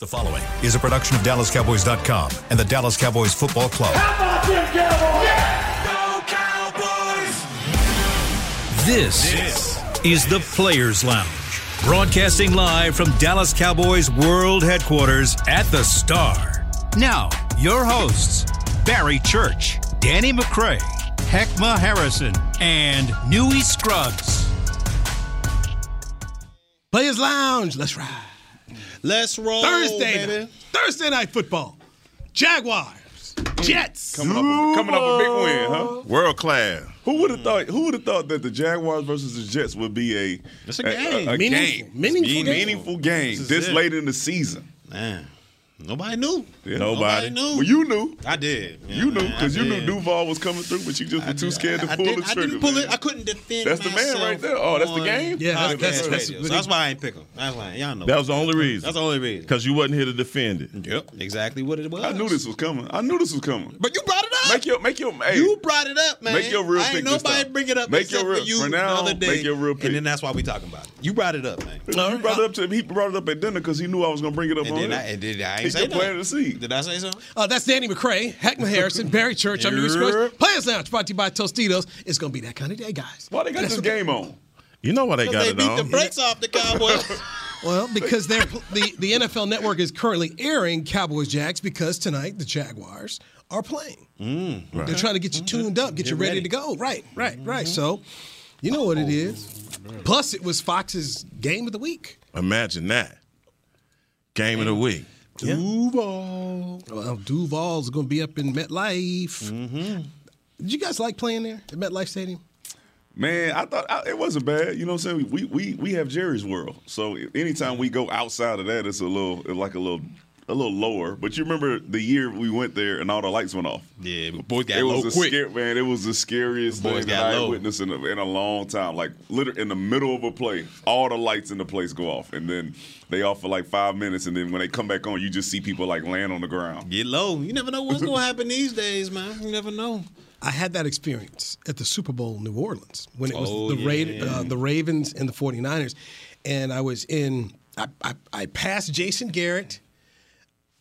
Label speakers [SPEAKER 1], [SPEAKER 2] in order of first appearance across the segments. [SPEAKER 1] The following is a production of DallasCowboys.com and the Dallas Cowboys Football Club.
[SPEAKER 2] How about them Cowboys?
[SPEAKER 3] This,
[SPEAKER 1] This
[SPEAKER 3] is the Players Lounge, broadcasting live from Dallas Cowboys World Headquarters at the Star. Now, your hosts, Barry Church, Danny McCray, Heckma Harrison, and Newey Scruggs.
[SPEAKER 4] Players Lounge. Let's ride.
[SPEAKER 5] Let's roll.
[SPEAKER 6] Oh,
[SPEAKER 4] Thursday
[SPEAKER 5] baby.
[SPEAKER 4] night. Thursday night football. Jaguars.
[SPEAKER 7] Mm.
[SPEAKER 4] Jets.
[SPEAKER 7] Coming up, coming up a big win, huh?
[SPEAKER 5] World class.
[SPEAKER 7] Who
[SPEAKER 5] Hmm.
[SPEAKER 7] would have thought? Who would have thought that the Jaguars versus the Jets would be a
[SPEAKER 5] It's a game.
[SPEAKER 7] a,
[SPEAKER 4] Meaningful.
[SPEAKER 7] game,
[SPEAKER 4] Meaningful
[SPEAKER 7] meaningful,
[SPEAKER 4] game.
[SPEAKER 7] game
[SPEAKER 5] is
[SPEAKER 7] this,
[SPEAKER 5] it.
[SPEAKER 7] late in the season?
[SPEAKER 5] Man, nobody knew.
[SPEAKER 7] Yeah, nobody.
[SPEAKER 5] knew.
[SPEAKER 7] Well, you knew.
[SPEAKER 5] I did. Yeah,
[SPEAKER 7] You knew
[SPEAKER 5] man, I
[SPEAKER 7] because you knew
[SPEAKER 5] did.
[SPEAKER 7] Duval was coming through, but you just were too scared to
[SPEAKER 5] I
[SPEAKER 7] pull
[SPEAKER 5] did,
[SPEAKER 7] the
[SPEAKER 5] I
[SPEAKER 7] trigger.
[SPEAKER 5] didn't pull
[SPEAKER 7] man.
[SPEAKER 5] it. I couldn't defend
[SPEAKER 7] That's the man
[SPEAKER 5] myself
[SPEAKER 7] right there. Oh, that's the
[SPEAKER 5] on
[SPEAKER 7] game?
[SPEAKER 4] Yeah, that's-
[SPEAKER 5] podcast
[SPEAKER 4] that's- that's-
[SPEAKER 5] radio. So that's why I ain't pick 'em. That's why y'all know.
[SPEAKER 7] That was the only reason.
[SPEAKER 5] that's the only reason.
[SPEAKER 7] Because you wasn't here to defend it.
[SPEAKER 5] Yep, exactly what it was.
[SPEAKER 7] I knew this was coming. I knew this was coming.
[SPEAKER 5] But you brought it up.
[SPEAKER 7] Make your, make your, hey,
[SPEAKER 5] you brought it up, man.
[SPEAKER 7] Make your real
[SPEAKER 5] I ain't
[SPEAKER 7] pick this
[SPEAKER 5] nobody
[SPEAKER 7] time.
[SPEAKER 5] bring it up
[SPEAKER 7] Make
[SPEAKER 5] except
[SPEAKER 7] your real-
[SPEAKER 5] for you
[SPEAKER 7] for
[SPEAKER 5] the
[SPEAKER 7] now,
[SPEAKER 5] other day.
[SPEAKER 7] make your real pick.
[SPEAKER 5] And then that's why we talking about it. You brought it up, man.
[SPEAKER 7] you brought it up to He brought it up at dinner because he knew I was going to bring it up
[SPEAKER 5] And
[SPEAKER 7] on
[SPEAKER 5] then I,
[SPEAKER 7] here.
[SPEAKER 5] and then I
[SPEAKER 7] He
[SPEAKER 5] ain't say
[SPEAKER 7] kept planting
[SPEAKER 5] nothing.
[SPEAKER 7] the seed.
[SPEAKER 5] Did I say something?
[SPEAKER 4] Uh, that's Danny McCray, Hackman Harrison, Barry Church. I'm Luis Gross. Players Lounge brought to you by Tostitos. It's going to be that kind of day, guys.
[SPEAKER 7] Why they got this game on?
[SPEAKER 8] You know why they got
[SPEAKER 5] They
[SPEAKER 8] it
[SPEAKER 5] beat the
[SPEAKER 8] on?
[SPEAKER 5] brakes off the Cowboys.
[SPEAKER 4] Well, because they're, the, the NFL network is currently airing Cowboys Jags because tonight the Jaguars are playing.
[SPEAKER 7] Mm,
[SPEAKER 4] They're trying to get you
[SPEAKER 7] Mm-hmm.
[SPEAKER 4] tuned up, get you ready, to go. Right, right, right. So, you know
[SPEAKER 7] Oh,
[SPEAKER 4] what it is. Plus, it was Fox's game of the week.
[SPEAKER 8] Imagine that. Game of the week.
[SPEAKER 4] Well, Oh, Duval's going to be up in MetLife. Did you guys like playing there at MetLife Stadium?
[SPEAKER 7] Man, I thought I, it wasn't bad. You know what I'm saying? We we we have Jerry's World, so anytime we go outside of that, it's a little it's like a little a little lower. But you remember the year we went there and all the lights went off.
[SPEAKER 5] Yeah, but boys got
[SPEAKER 7] it was
[SPEAKER 5] low
[SPEAKER 7] a
[SPEAKER 5] quick.
[SPEAKER 7] scare- man. It was the scariest
[SPEAKER 5] The boys
[SPEAKER 7] thing that
[SPEAKER 5] got
[SPEAKER 7] I
[SPEAKER 5] low.
[SPEAKER 7] had witnessed in a, in a long time. Like literally in the middle of a play, all the lights in the place go off, and then they off for like five minutes, and then when they come back on, you just see people like laying on the ground.
[SPEAKER 5] Get low. You never know what's gonna happen these days, man. You never know.
[SPEAKER 4] I had that experience at the Super Bowl in New Orleans when it was
[SPEAKER 5] Oh,
[SPEAKER 4] the,
[SPEAKER 5] yeah.
[SPEAKER 4] Ra- uh, the Ravens and the 49ers. And I was in, I, I, I passed Jason Garrett.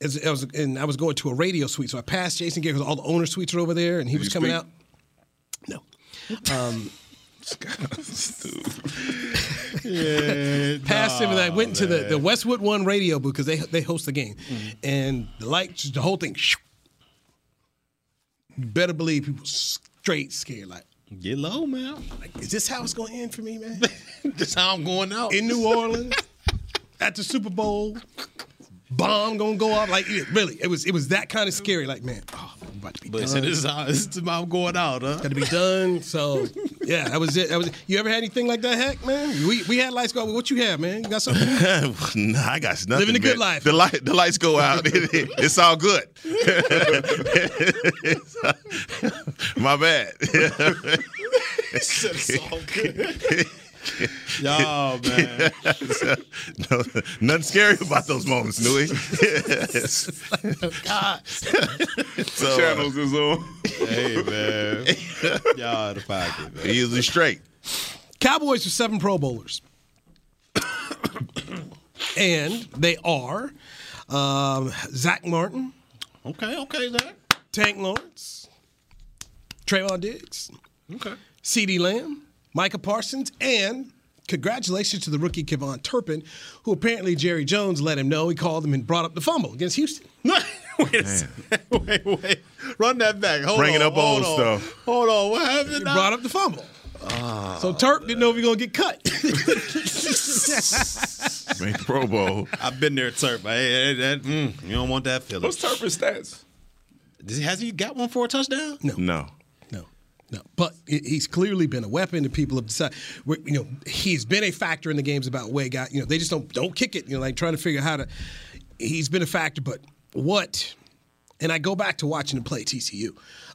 [SPEAKER 4] As, I was, and I was going to a radio suite, so I passed Jason Garrett because all the owner suites are over there, and he was
[SPEAKER 7] you
[SPEAKER 4] coming
[SPEAKER 7] speak?
[SPEAKER 4] out. No. passed him, and I went to the, the Westwood One radio booth because they they host the game,
[SPEAKER 8] Mm-hmm.
[SPEAKER 4] and the lights, the whole thing. shoo. You better believe people straight scared. Like,
[SPEAKER 5] Get low, man.
[SPEAKER 4] is this how it's going to end for me, man?
[SPEAKER 5] That's how I'm going out.
[SPEAKER 4] In New Orleans, at the Super Bowl, bomb gonna go off. Like, it- really, it was it was that kind of scary. Like, man, oh, I'm about to be
[SPEAKER 5] but so
[SPEAKER 4] done.
[SPEAKER 5] this is how this is how I'm going out, huh?
[SPEAKER 4] Got to be done. So, yeah, that was it. That was it. You ever had anything like that? Heck, man, we we had lights go. What you have, man? You got something?
[SPEAKER 8] nah, I got nothing.
[SPEAKER 4] Living the good
[SPEAKER 8] man.
[SPEAKER 4] life.
[SPEAKER 8] The, light, the lights go out. it's all good. My bad.
[SPEAKER 5] it's all good. Y'all, man.
[SPEAKER 8] no, nothing scary about those moments, Nui. so, uh,
[SPEAKER 7] Channels is on.
[SPEAKER 5] Hey, man. Y'all out of pocket, man.
[SPEAKER 8] usually straight.
[SPEAKER 4] Cowboys are seven Pro Bowlers. and they are um, Zach Martin,
[SPEAKER 5] Okay, okay, Zach.
[SPEAKER 4] Tank Lawrence, Trayvon Diggs,
[SPEAKER 5] Okay.
[SPEAKER 4] C.D. Lamb, Micah Parsons, and congratulations to the rookie Kevon Turpin, who apparently Jerry Jones let him know. He called him and brought up the fumble against Houston.
[SPEAKER 5] wait a second. Wait, wait. Run that back. Hold
[SPEAKER 8] Bringing
[SPEAKER 5] on,
[SPEAKER 8] up old
[SPEAKER 5] hold on.
[SPEAKER 8] stuff.
[SPEAKER 5] Hold on. What happened?
[SPEAKER 4] He
[SPEAKER 5] now?
[SPEAKER 4] brought up the fumble. so Turp didn't know if he was going to get cut.
[SPEAKER 8] Made the Pro Bowl.
[SPEAKER 5] I've been there, Turp. Hey, hey, that, mm, you don't want that feeling.
[SPEAKER 7] What's Turpin's stats?
[SPEAKER 5] Does he- Has he got one for a touchdown?
[SPEAKER 8] No.
[SPEAKER 4] No, no. But he- he's clearly been a weapon, and people have decided. we're- You know, he's been a factor in the games about way guy. You know, they just don't don't kick it. You know, like trying to figure out how to. He's been a factor, but what? And I go back to watching him play at TCU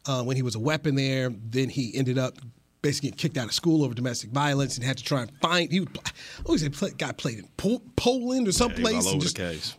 [SPEAKER 4] uh, when he was a weapon there. Then he ended up basically getting kicked out of school over domestic violence and had to try and find. He was, I always say play, guy played in po- Poland or someplace.
[SPEAKER 5] all
[SPEAKER 4] and
[SPEAKER 5] over
[SPEAKER 4] just-
[SPEAKER 5] the case.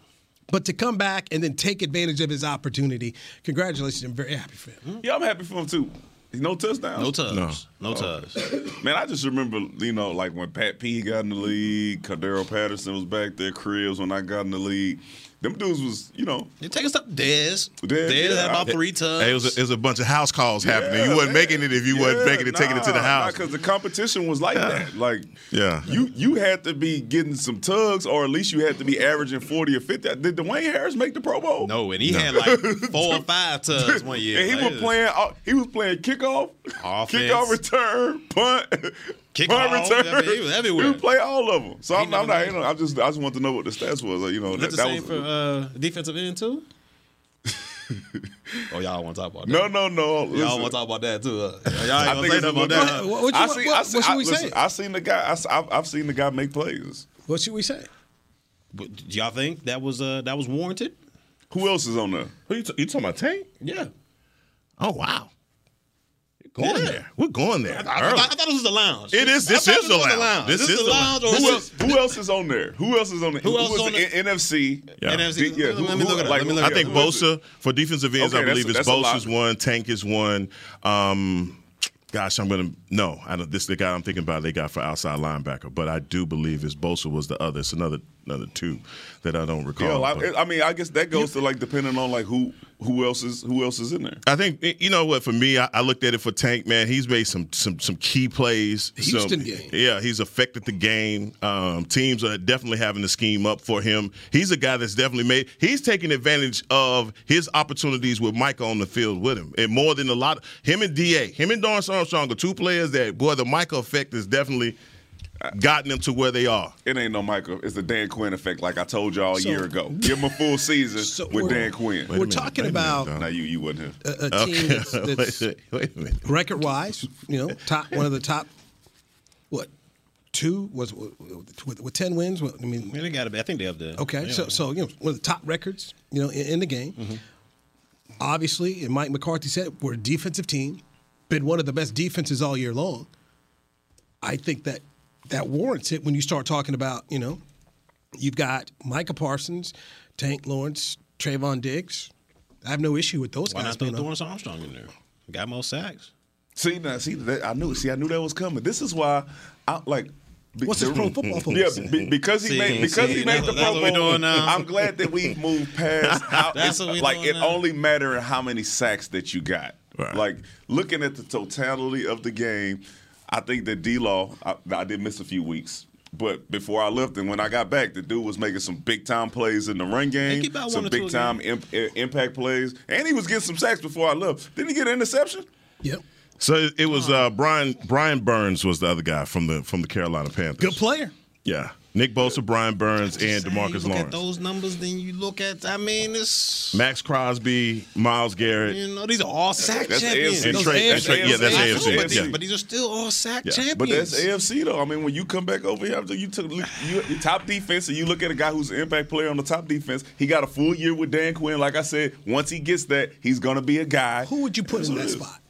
[SPEAKER 4] But to come back and then take advantage of his opportunity, congratulations! I'm very happy for him. Hmm?
[SPEAKER 7] Yeah, I'm happy for him too. No touchdowns.
[SPEAKER 6] No tugs. No, tugs.
[SPEAKER 7] Man, I just remember, you know, like when Pat P got in the league, Cordero Patterson was back there, Cribs when I got in the league. Them dudes was, you know,
[SPEAKER 6] You take a step. Dez. Dez,
[SPEAKER 7] Dez, yeah,
[SPEAKER 6] had about
[SPEAKER 7] I-
[SPEAKER 6] three tugs.
[SPEAKER 8] Hey, it, was a, it was a bunch of house calls happening. you wasn't making it if you wasn't making it, taking it to the house.
[SPEAKER 7] Because the competition was like that. Like,
[SPEAKER 8] Yeah.
[SPEAKER 7] you you had to be getting some tugs, or at least you had to be averaging forty or fifty. Did Dwayne Harris make the Pro Bowl?
[SPEAKER 6] no, and he had like four or five tugs one year.
[SPEAKER 7] and he
[SPEAKER 6] Like,
[SPEAKER 7] was playing. all- He was playing kickoff,
[SPEAKER 6] Offense.
[SPEAKER 7] kickoff return, punt, punt
[SPEAKER 6] Kickoff,
[SPEAKER 7] return.
[SPEAKER 6] I mean, he was everywhere.
[SPEAKER 7] He would play all of them. So I'm,
[SPEAKER 6] never
[SPEAKER 7] I'm not.
[SPEAKER 6] made
[SPEAKER 7] You know, I just I just want to know what the stats was. Like, you know,
[SPEAKER 6] Is that
[SPEAKER 7] that,
[SPEAKER 6] the same
[SPEAKER 7] that was
[SPEAKER 6] for uh, defensive end too? oh, y'all want to talk about that?
[SPEAKER 7] no, no, no.
[SPEAKER 6] Y'all
[SPEAKER 7] Listen,
[SPEAKER 6] want to talk about that too? Huh? Y'all
[SPEAKER 7] I
[SPEAKER 6] ain't gonna
[SPEAKER 7] think
[SPEAKER 6] say
[SPEAKER 7] it's
[SPEAKER 6] nothing about
[SPEAKER 7] about-
[SPEAKER 6] that. huh?
[SPEAKER 4] What, what,
[SPEAKER 7] I
[SPEAKER 4] what-
[SPEAKER 7] see,
[SPEAKER 4] what-
[SPEAKER 7] I see,
[SPEAKER 4] what should
[SPEAKER 7] I,
[SPEAKER 4] we
[SPEAKER 7] listen,
[SPEAKER 4] say?
[SPEAKER 7] I seen the guy. I, s- I've, I've seen the guy make plays.
[SPEAKER 4] what should we say?
[SPEAKER 6] But Do y'all think that was uh, that was warranted?
[SPEAKER 7] Who else is on there?
[SPEAKER 8] Who you, t- you talking about, Tank?
[SPEAKER 6] Yeah.
[SPEAKER 8] Oh, wow. Going
[SPEAKER 6] Yeah.
[SPEAKER 8] there. We're going there.
[SPEAKER 6] I, I, thought, I thought it was the lounge.
[SPEAKER 8] It is-
[SPEAKER 6] I
[SPEAKER 8] this
[SPEAKER 6] thought
[SPEAKER 8] is
[SPEAKER 6] it
[SPEAKER 8] the
[SPEAKER 6] was
[SPEAKER 8] lounge. This is
[SPEAKER 6] the
[SPEAKER 8] the
[SPEAKER 6] lounge.
[SPEAKER 8] lounge.
[SPEAKER 6] Or
[SPEAKER 7] Who
[SPEAKER 6] is
[SPEAKER 7] else, who else is on there? Who else is on there?
[SPEAKER 6] Who else
[SPEAKER 7] is
[SPEAKER 6] on the-
[SPEAKER 7] in- NFC?
[SPEAKER 8] Yeah.
[SPEAKER 6] NFC?
[SPEAKER 7] Yeah, who-
[SPEAKER 6] Let me look it up.
[SPEAKER 7] like-
[SPEAKER 6] Let me look
[SPEAKER 8] I
[SPEAKER 6] Yeah,
[SPEAKER 8] think
[SPEAKER 7] who is it?
[SPEAKER 8] Bosa for defensive ends.
[SPEAKER 7] Okay,
[SPEAKER 8] I
[SPEAKER 7] that's-
[SPEAKER 8] believe it's
[SPEAKER 7] that's a lot.
[SPEAKER 8] Bosa's one, Tank is one. Um, gosh, I'm gonna no. I don't, this is the guy I'm thinking about. They got for outside linebacker, but I do believe it's Bosa was the other. It's another another two that I don't recall.
[SPEAKER 7] Yeah, well,
[SPEAKER 8] but-
[SPEAKER 7] I, I mean, I guess that goes to like depending on like who who else is who else is in there.
[SPEAKER 8] I think eh, you know what for me. I, I looked at it for Tank man. He's made some some some key plays. some-
[SPEAKER 4] Houston game.
[SPEAKER 8] Yeah, he's affected the game. Um, teams are definitely having the scheme up for him. He's a guy that's definitely made. He's taking advantage of his opportunities with Micah on the field with him, and more than a lot. Him and Da, him and Dorrance Armstrong are two players that boy the Micah effect has definitely gotten them to where they are.
[SPEAKER 7] It ain't no Michael. It's the Dan Quinn effect. Like I told y'all a
[SPEAKER 4] So-
[SPEAKER 7] year ago, give him a full season
[SPEAKER 4] So
[SPEAKER 7] with
[SPEAKER 4] we're-
[SPEAKER 7] Dan Quinn.
[SPEAKER 4] We're talking Uh,
[SPEAKER 8] wait a minute,
[SPEAKER 4] about
[SPEAKER 8] dog.
[SPEAKER 7] now you you wasn't here.
[SPEAKER 4] a, a team that's, that's
[SPEAKER 8] wait, wait a minute.
[SPEAKER 4] record wise, you know, top one of the top, what, two was with, with ten wins. What, I mean,
[SPEAKER 6] Man, they got to be. I think they up there.
[SPEAKER 4] Okay,
[SPEAKER 6] Yeah. Mm-hmm.
[SPEAKER 4] so so you know one of the top records you know in, in the game. Obviously, and Mike McCarthy said we're a defensive team, been one of the best defenses all year long. I think that that warrants it when you start talking about you know you've got Micah Parsons, Tank Lawrence, Trayvon Diggs. I have no issue with those
[SPEAKER 6] why
[SPEAKER 4] guys
[SPEAKER 6] not throw
[SPEAKER 4] being on.
[SPEAKER 6] Dorrance Armstrong in there? Got more sacks.
[SPEAKER 7] See now, see that I knew. See, I knew that was coming. This is why, I like. be-
[SPEAKER 4] What's his
[SPEAKER 7] the-
[SPEAKER 4] pro football focus?
[SPEAKER 7] Yeah, be- because he
[SPEAKER 6] See,
[SPEAKER 7] made because
[SPEAKER 6] see,
[SPEAKER 7] he made
[SPEAKER 6] that's-
[SPEAKER 7] the
[SPEAKER 6] that's
[SPEAKER 7] Pro
[SPEAKER 6] what we
[SPEAKER 7] Bowl.
[SPEAKER 6] doing now.
[SPEAKER 7] I'm glad that we've moved past. How,
[SPEAKER 6] That's
[SPEAKER 7] it's
[SPEAKER 6] what we
[SPEAKER 7] like
[SPEAKER 6] doing
[SPEAKER 7] it
[SPEAKER 6] now.
[SPEAKER 7] only mattered how many sacks that you got.
[SPEAKER 8] Right.
[SPEAKER 7] Like looking at the totality of the game, I think that D Law. I, I did miss a few weeks. But before I left and when I got back, the dude was making some big time plays in the run game,
[SPEAKER 6] keep out one
[SPEAKER 7] some
[SPEAKER 6] or two a
[SPEAKER 7] big time imp, impact plays, and he was getting some sacks before I left. Didn't he get an interception?
[SPEAKER 4] Yep,
[SPEAKER 8] So it, it was uh, Brian Brian Burns was the other guy from the from the Carolina Panthers.
[SPEAKER 4] good player.
[SPEAKER 8] Yeah. Nick Bosa, Brian Burns, and
[SPEAKER 6] Saying, you
[SPEAKER 8] Demarcus
[SPEAKER 6] look at
[SPEAKER 8] Lawrence.
[SPEAKER 6] those numbers, then you look at. I mean, it's
[SPEAKER 8] Max Crosby, Miles Garrett.
[SPEAKER 6] you know these are all sack
[SPEAKER 7] That's
[SPEAKER 6] champions.
[SPEAKER 7] AFC. And
[SPEAKER 6] Those
[SPEAKER 8] Trey-
[SPEAKER 6] AFC.
[SPEAKER 8] and Trey- yeah, that's
[SPEAKER 6] I know,
[SPEAKER 8] AFC,
[SPEAKER 6] But, these,
[SPEAKER 8] yeah.
[SPEAKER 6] but these are still all sack
[SPEAKER 8] Yeah.
[SPEAKER 6] champions.
[SPEAKER 7] But that's AFC though. I mean, when you come back over here, after you took look- you, your top defense, and you look at a guy who's an impact player on the top defense. He got a full year with Dan Quinn. Like I said, once he gets that, he's gonna be a guy.
[SPEAKER 4] Who would you put in
[SPEAKER 7] what
[SPEAKER 4] that
[SPEAKER 7] it is.
[SPEAKER 4] spot?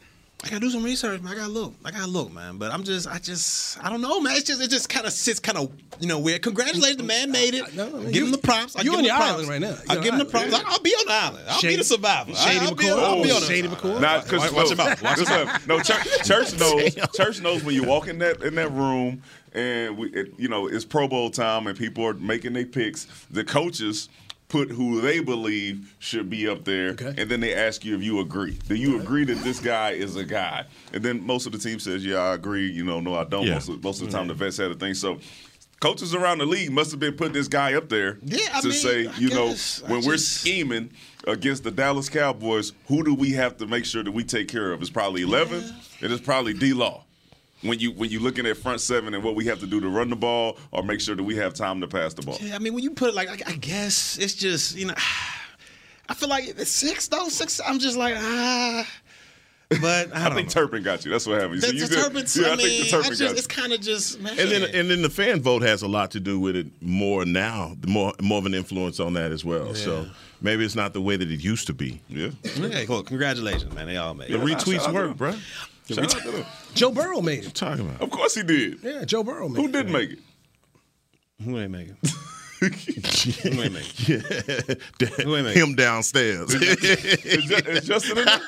[SPEAKER 6] I gotta do some research, man. I gotta look. I gotta look, man. But I'm just, I just, I don't know, man. It's just, it just kind of sits kind of, you know, weird. Congratulations, the man made it.
[SPEAKER 4] No, no,
[SPEAKER 6] give
[SPEAKER 4] you-
[SPEAKER 6] him the props. I
[SPEAKER 4] you
[SPEAKER 6] give
[SPEAKER 4] on
[SPEAKER 6] him
[SPEAKER 4] your
[SPEAKER 6] the
[SPEAKER 4] island
[SPEAKER 6] props.
[SPEAKER 4] right now.
[SPEAKER 6] I
[SPEAKER 4] You're
[SPEAKER 6] give him the
[SPEAKER 4] on your
[SPEAKER 6] props. I, will be on the island. I'll
[SPEAKER 4] Shady-
[SPEAKER 6] be the survivor.
[SPEAKER 4] Shady
[SPEAKER 6] I, will be,
[SPEAKER 4] McCoy.
[SPEAKER 6] I'll be
[SPEAKER 7] Oh,
[SPEAKER 6] on the
[SPEAKER 4] Shady
[SPEAKER 6] island.
[SPEAKER 4] McCoy.
[SPEAKER 7] Nah, cause,
[SPEAKER 6] Watch him out. Watch
[SPEAKER 7] Listen, No, church, church knows. Church knows when you walk in that in that room, and we, it, you know, it's Pro Bowl time, and people are making their picks. The coaches put who they believe should be up there,
[SPEAKER 4] Okay.
[SPEAKER 7] and then they ask you if you agree. Do you agree that this guy is a guy? And then most of the team says, "Yeah, I agree." You know, no, I don't.
[SPEAKER 8] Yeah.
[SPEAKER 7] Most, of, most of the time, the
[SPEAKER 4] Mm-hmm.
[SPEAKER 7] vets had a thing. So. Coaches around the league must have been putting this guy up there
[SPEAKER 6] Yeah, I
[SPEAKER 7] to
[SPEAKER 6] mean,
[SPEAKER 7] say,
[SPEAKER 6] I
[SPEAKER 7] you know,
[SPEAKER 6] guess. I
[SPEAKER 7] when we're
[SPEAKER 6] just-
[SPEAKER 7] scheming against the Dallas Cowboys, who do we have to make sure that we take care of? It's probably eleven, and it's probably D Law. When you when you looking at front seven and what we have to do to run the ball or make sure that we have time to pass the ball.
[SPEAKER 6] Yeah, I mean, when you put it like, I, I guess it's just, you know, I feel like it's six though. Six, I'm just like ah. But I,
[SPEAKER 7] I
[SPEAKER 6] don't
[SPEAKER 7] think
[SPEAKER 6] know.
[SPEAKER 7] Turpin got you. That's what happened.
[SPEAKER 6] the,
[SPEAKER 7] So
[SPEAKER 6] the
[SPEAKER 7] you good.
[SPEAKER 6] Turpin's.
[SPEAKER 7] yeah,
[SPEAKER 6] I
[SPEAKER 7] I think
[SPEAKER 6] mean,
[SPEAKER 7] the
[SPEAKER 6] I
[SPEAKER 7] Turpin
[SPEAKER 6] just,
[SPEAKER 7] got you.
[SPEAKER 6] it's kind of just man.
[SPEAKER 8] And then and then the fan vote has a lot to do with it more now, more more of an influence on that as well. So maybe it's not the way that it used to be.
[SPEAKER 7] Yeah.
[SPEAKER 6] yeah, cool. Congratulations, man. They all made
[SPEAKER 8] The
[SPEAKER 6] it.
[SPEAKER 8] retweets work, bro.
[SPEAKER 7] Shout out to them.
[SPEAKER 4] Joe Burrow made it.
[SPEAKER 8] Talking about.
[SPEAKER 7] Of course he did.
[SPEAKER 4] Yeah, Joe Burrow made
[SPEAKER 7] Who
[SPEAKER 4] it.
[SPEAKER 7] didn't make it?
[SPEAKER 6] Who ain't making? Wait a minute.
[SPEAKER 8] That-
[SPEAKER 6] Wait a minute.
[SPEAKER 8] him downstairs.
[SPEAKER 7] Is, Ju- is Justin in there?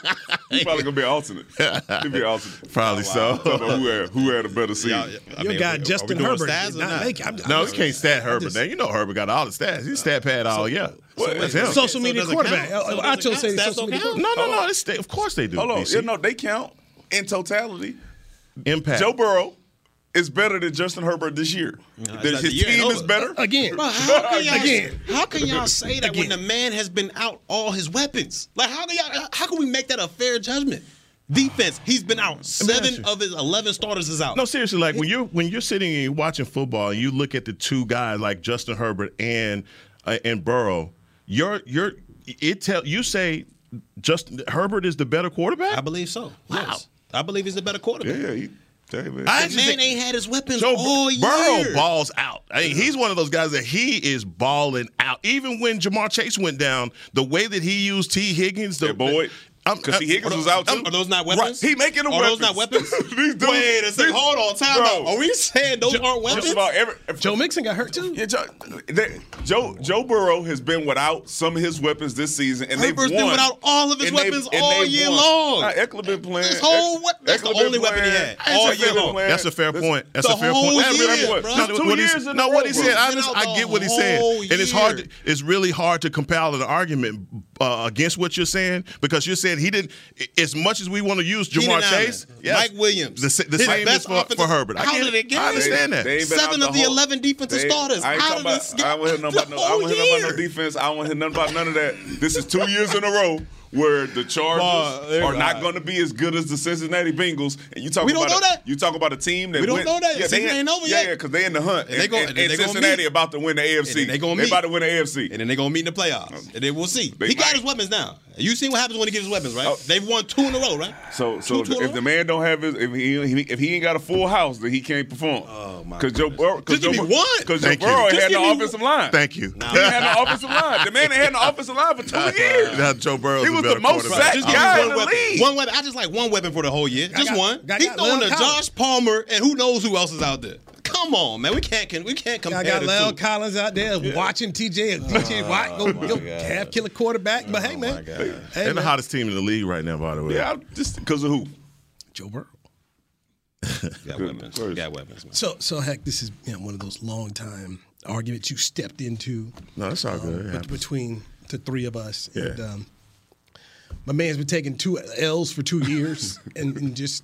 [SPEAKER 7] He's probably gonna be an alternate. He'll be an alternate.
[SPEAKER 8] Probably so.
[SPEAKER 7] Talk Oh, about who had who had a better season.
[SPEAKER 6] I
[SPEAKER 4] Your
[SPEAKER 6] mean,
[SPEAKER 4] guy
[SPEAKER 6] are we
[SPEAKER 4] Justin
[SPEAKER 6] doing
[SPEAKER 4] Herbert
[SPEAKER 6] stats
[SPEAKER 4] did
[SPEAKER 6] or
[SPEAKER 4] not make. I'm,
[SPEAKER 8] No,
[SPEAKER 4] I'm,
[SPEAKER 8] you can't stat Herbert. Now you know Herbert got all the stats. He's stat pad all year. Well, that's him.
[SPEAKER 4] Social
[SPEAKER 6] it
[SPEAKER 4] media
[SPEAKER 6] doesn't
[SPEAKER 4] quarterback.
[SPEAKER 6] count. So it
[SPEAKER 4] I
[SPEAKER 6] doesn't
[SPEAKER 4] chose say
[SPEAKER 6] count. Stats
[SPEAKER 4] social
[SPEAKER 6] don't
[SPEAKER 4] media
[SPEAKER 6] count.
[SPEAKER 4] quarterback.
[SPEAKER 8] no, no, no. It's stat- of course they do.
[SPEAKER 7] Hold on,
[SPEAKER 8] BC.
[SPEAKER 7] you know they count in totality.
[SPEAKER 8] Impact.
[SPEAKER 7] Joe Burrow is better than Justin Herbert this year.
[SPEAKER 6] it's
[SPEAKER 7] That
[SPEAKER 6] not
[SPEAKER 7] his
[SPEAKER 6] the year
[SPEAKER 7] team
[SPEAKER 6] ain't
[SPEAKER 7] is
[SPEAKER 6] over.
[SPEAKER 7] better.
[SPEAKER 4] Again,
[SPEAKER 6] Bro, how can y'all,
[SPEAKER 4] Again.
[SPEAKER 6] How can y'all say that when the man has been out all his weapons? Like, how can y'all? How can we make that a fair judgment? Defense, he's been out. Seven of his eleven starters is out.
[SPEAKER 8] No, seriously, like when you're when you're sitting and you're watching football and you look at the two guys like Justin Herbert and uh, and Burrow, you're you're it tell you say Justin Herbert is the better quarterback.
[SPEAKER 6] I believe so. Yes. I believe he's a better
[SPEAKER 7] Yeah,
[SPEAKER 6] quarterback.
[SPEAKER 7] yeah, he, hey, man.
[SPEAKER 8] I
[SPEAKER 6] The
[SPEAKER 8] actually
[SPEAKER 6] man
[SPEAKER 8] think-
[SPEAKER 6] ain't had his weapons
[SPEAKER 8] Joe
[SPEAKER 6] all
[SPEAKER 8] Bur-
[SPEAKER 6] year.
[SPEAKER 8] Burrow balls out. I mean, he's one of those guys that he is balling out. Even when Jamar Chase went down, the way that he used T. Higgins, the
[SPEAKER 7] Yeah, boy.
[SPEAKER 8] I'm-
[SPEAKER 7] 'Cause T. Higgins
[SPEAKER 8] I'm-
[SPEAKER 7] was out,
[SPEAKER 8] I'm-
[SPEAKER 7] too.
[SPEAKER 6] Are those not weapons?
[SPEAKER 7] Right. He making them
[SPEAKER 6] Are those
[SPEAKER 7] weapons.
[SPEAKER 6] not weapons?
[SPEAKER 7] These dudes-
[SPEAKER 6] Wait a second.
[SPEAKER 7] these-
[SPEAKER 6] Hold on. Time
[SPEAKER 7] Bro.
[SPEAKER 6] out. Are we saying those aren't weapons?
[SPEAKER 7] Just about every,
[SPEAKER 4] Joe Mixon got hurt too.
[SPEAKER 7] Yeah, Joe, they- Joe Joe Burrow has been without some of his weapons this season, and they've won.
[SPEAKER 6] Herbert's been without all of his
[SPEAKER 7] And they've-
[SPEAKER 6] weapons
[SPEAKER 7] and
[SPEAKER 6] all
[SPEAKER 7] they've
[SPEAKER 6] year
[SPEAKER 7] won.
[SPEAKER 6] long.
[SPEAKER 7] Nah, Eckler been playing.
[SPEAKER 6] His whole
[SPEAKER 7] Eck-
[SPEAKER 6] wep- that's the
[SPEAKER 7] Eckler been
[SPEAKER 6] only weapon he
[SPEAKER 7] playing.
[SPEAKER 6] had all
[SPEAKER 7] That's a
[SPEAKER 6] year
[SPEAKER 7] fair
[SPEAKER 6] long.
[SPEAKER 7] point.
[SPEAKER 8] That's a fair
[SPEAKER 7] That's-
[SPEAKER 8] point. That's
[SPEAKER 6] the
[SPEAKER 8] a fair
[SPEAKER 6] whole
[SPEAKER 8] point.
[SPEAKER 6] That's a fair year, point. bro.
[SPEAKER 8] No,
[SPEAKER 6] Two
[SPEAKER 8] what he
[SPEAKER 7] years
[SPEAKER 8] said-
[SPEAKER 7] in
[SPEAKER 8] no,
[SPEAKER 7] a
[SPEAKER 8] what
[SPEAKER 7] row,
[SPEAKER 8] he
[SPEAKER 7] bro.
[SPEAKER 8] said. I,
[SPEAKER 6] Been
[SPEAKER 8] just,
[SPEAKER 6] out
[SPEAKER 8] I
[SPEAKER 6] the
[SPEAKER 8] get what he said,
[SPEAKER 6] whole
[SPEAKER 8] and it's hard.
[SPEAKER 6] year.
[SPEAKER 8] To, it's really hard to compile an argument uh, against what you're saying because you're saying he didn't. i- As much as we want to use
[SPEAKER 6] Keenan
[SPEAKER 8] Jamar
[SPEAKER 6] Allen,
[SPEAKER 8] Chase,
[SPEAKER 6] Mike Williams,
[SPEAKER 8] the, sa- the
[SPEAKER 6] his
[SPEAKER 8] same
[SPEAKER 6] best
[SPEAKER 8] is for,
[SPEAKER 6] offensive-
[SPEAKER 8] for Herbert. I,
[SPEAKER 6] How
[SPEAKER 8] can't-
[SPEAKER 6] did it get
[SPEAKER 8] I
[SPEAKER 6] there?
[SPEAKER 8] understand that.
[SPEAKER 7] They ain't been
[SPEAKER 6] Seven
[SPEAKER 7] out
[SPEAKER 6] of the
[SPEAKER 7] whole-
[SPEAKER 6] 11 defensive
[SPEAKER 7] they-
[SPEAKER 6] starters
[SPEAKER 7] I ain't
[SPEAKER 6] out
[SPEAKER 7] talking
[SPEAKER 6] of the
[SPEAKER 7] about, I don't hear nothing
[SPEAKER 6] the
[SPEAKER 7] about no, I don't hear nothing about
[SPEAKER 6] whole
[SPEAKER 7] no
[SPEAKER 6] year.
[SPEAKER 7] defense. I don't hear nothing about none of that. This is two years in a row where the Chargers
[SPEAKER 6] Boy, they're
[SPEAKER 7] are not
[SPEAKER 6] right.
[SPEAKER 7] going to be as good as the Cincinnati Bengals. And you talk
[SPEAKER 6] We don't
[SPEAKER 7] about
[SPEAKER 6] know
[SPEAKER 7] a,
[SPEAKER 6] that.
[SPEAKER 7] You talk about a team that
[SPEAKER 6] We don't
[SPEAKER 7] went-
[SPEAKER 6] know that.
[SPEAKER 7] Yeah,
[SPEAKER 6] Season
[SPEAKER 7] they
[SPEAKER 6] ain't over
[SPEAKER 7] yeah,
[SPEAKER 6] yet.
[SPEAKER 7] Yeah, because they in the hunt.
[SPEAKER 6] And they gonna-
[SPEAKER 7] and,
[SPEAKER 6] and they gonna
[SPEAKER 7] Cincinnati
[SPEAKER 6] meet.
[SPEAKER 7] about to win the AFC.
[SPEAKER 6] And they gonna meet.
[SPEAKER 7] about to win the AFC.
[SPEAKER 6] and then they're gonna meet in the playoffs, and then we'll see.
[SPEAKER 7] Um, They
[SPEAKER 6] he got
[SPEAKER 7] might.
[SPEAKER 6] his weapons now. You seen what happens when he gets his weapons, right?
[SPEAKER 7] Oh.
[SPEAKER 6] They've won two in a row, right?
[SPEAKER 7] So, so
[SPEAKER 6] two in a
[SPEAKER 7] if
[SPEAKER 6] row?
[SPEAKER 7] the man don't have his, if he if he ain't got a full house, then he can't perform. Oh my! Because Joe, because
[SPEAKER 6] Just give me one.
[SPEAKER 7] because Joe
[SPEAKER 8] Thank you.
[SPEAKER 7] Burrow
[SPEAKER 6] Just
[SPEAKER 7] had
[SPEAKER 6] give
[SPEAKER 7] no
[SPEAKER 6] me
[SPEAKER 7] offensive line.
[SPEAKER 8] Thank you.
[SPEAKER 7] He had no offensive line. The man had no offensive line for two years.
[SPEAKER 8] Nah, Joe Burrow's
[SPEAKER 7] He
[SPEAKER 8] a
[SPEAKER 7] was
[SPEAKER 8] better
[SPEAKER 7] the most
[SPEAKER 8] quarterback.
[SPEAKER 7] sacked
[SPEAKER 6] Just
[SPEAKER 8] I'm
[SPEAKER 6] give
[SPEAKER 7] guy
[SPEAKER 6] me
[SPEAKER 7] in
[SPEAKER 6] one
[SPEAKER 7] the
[SPEAKER 6] weapon.
[SPEAKER 7] league.
[SPEAKER 6] One weapon. I just like one weapon for the whole year. Just
[SPEAKER 4] got-
[SPEAKER 6] one.
[SPEAKER 4] I
[SPEAKER 6] He's
[SPEAKER 4] got
[SPEAKER 6] throwing
[SPEAKER 4] Lel
[SPEAKER 6] to
[SPEAKER 4] Collins.
[SPEAKER 6] Josh Palmer, and who knows who else is out there? Come on, man. We can't. Can, we can't compare
[SPEAKER 4] I got
[SPEAKER 6] the
[SPEAKER 4] Lel
[SPEAKER 6] two.
[SPEAKER 4] Collins out there watching TJ and TJ Watt go, go half kill a quarterback. But hey, man, hey,
[SPEAKER 8] They're the
[SPEAKER 4] man.
[SPEAKER 8] hottest team in the league right now, by the way.
[SPEAKER 7] Yeah, I- just because of who?
[SPEAKER 4] Joe Burrow.
[SPEAKER 6] Got weapons.
[SPEAKER 7] gracious.
[SPEAKER 6] Got weapons. Man.
[SPEAKER 4] So, so heck, this is you know, one of those long time arguments you stepped into um,
[SPEAKER 8] No, that's all good. It
[SPEAKER 4] bet-
[SPEAKER 8] happens.
[SPEAKER 4] between the three of us. And,
[SPEAKER 8] Yeah.
[SPEAKER 4] um, my man's been taking two L's for two years and, and just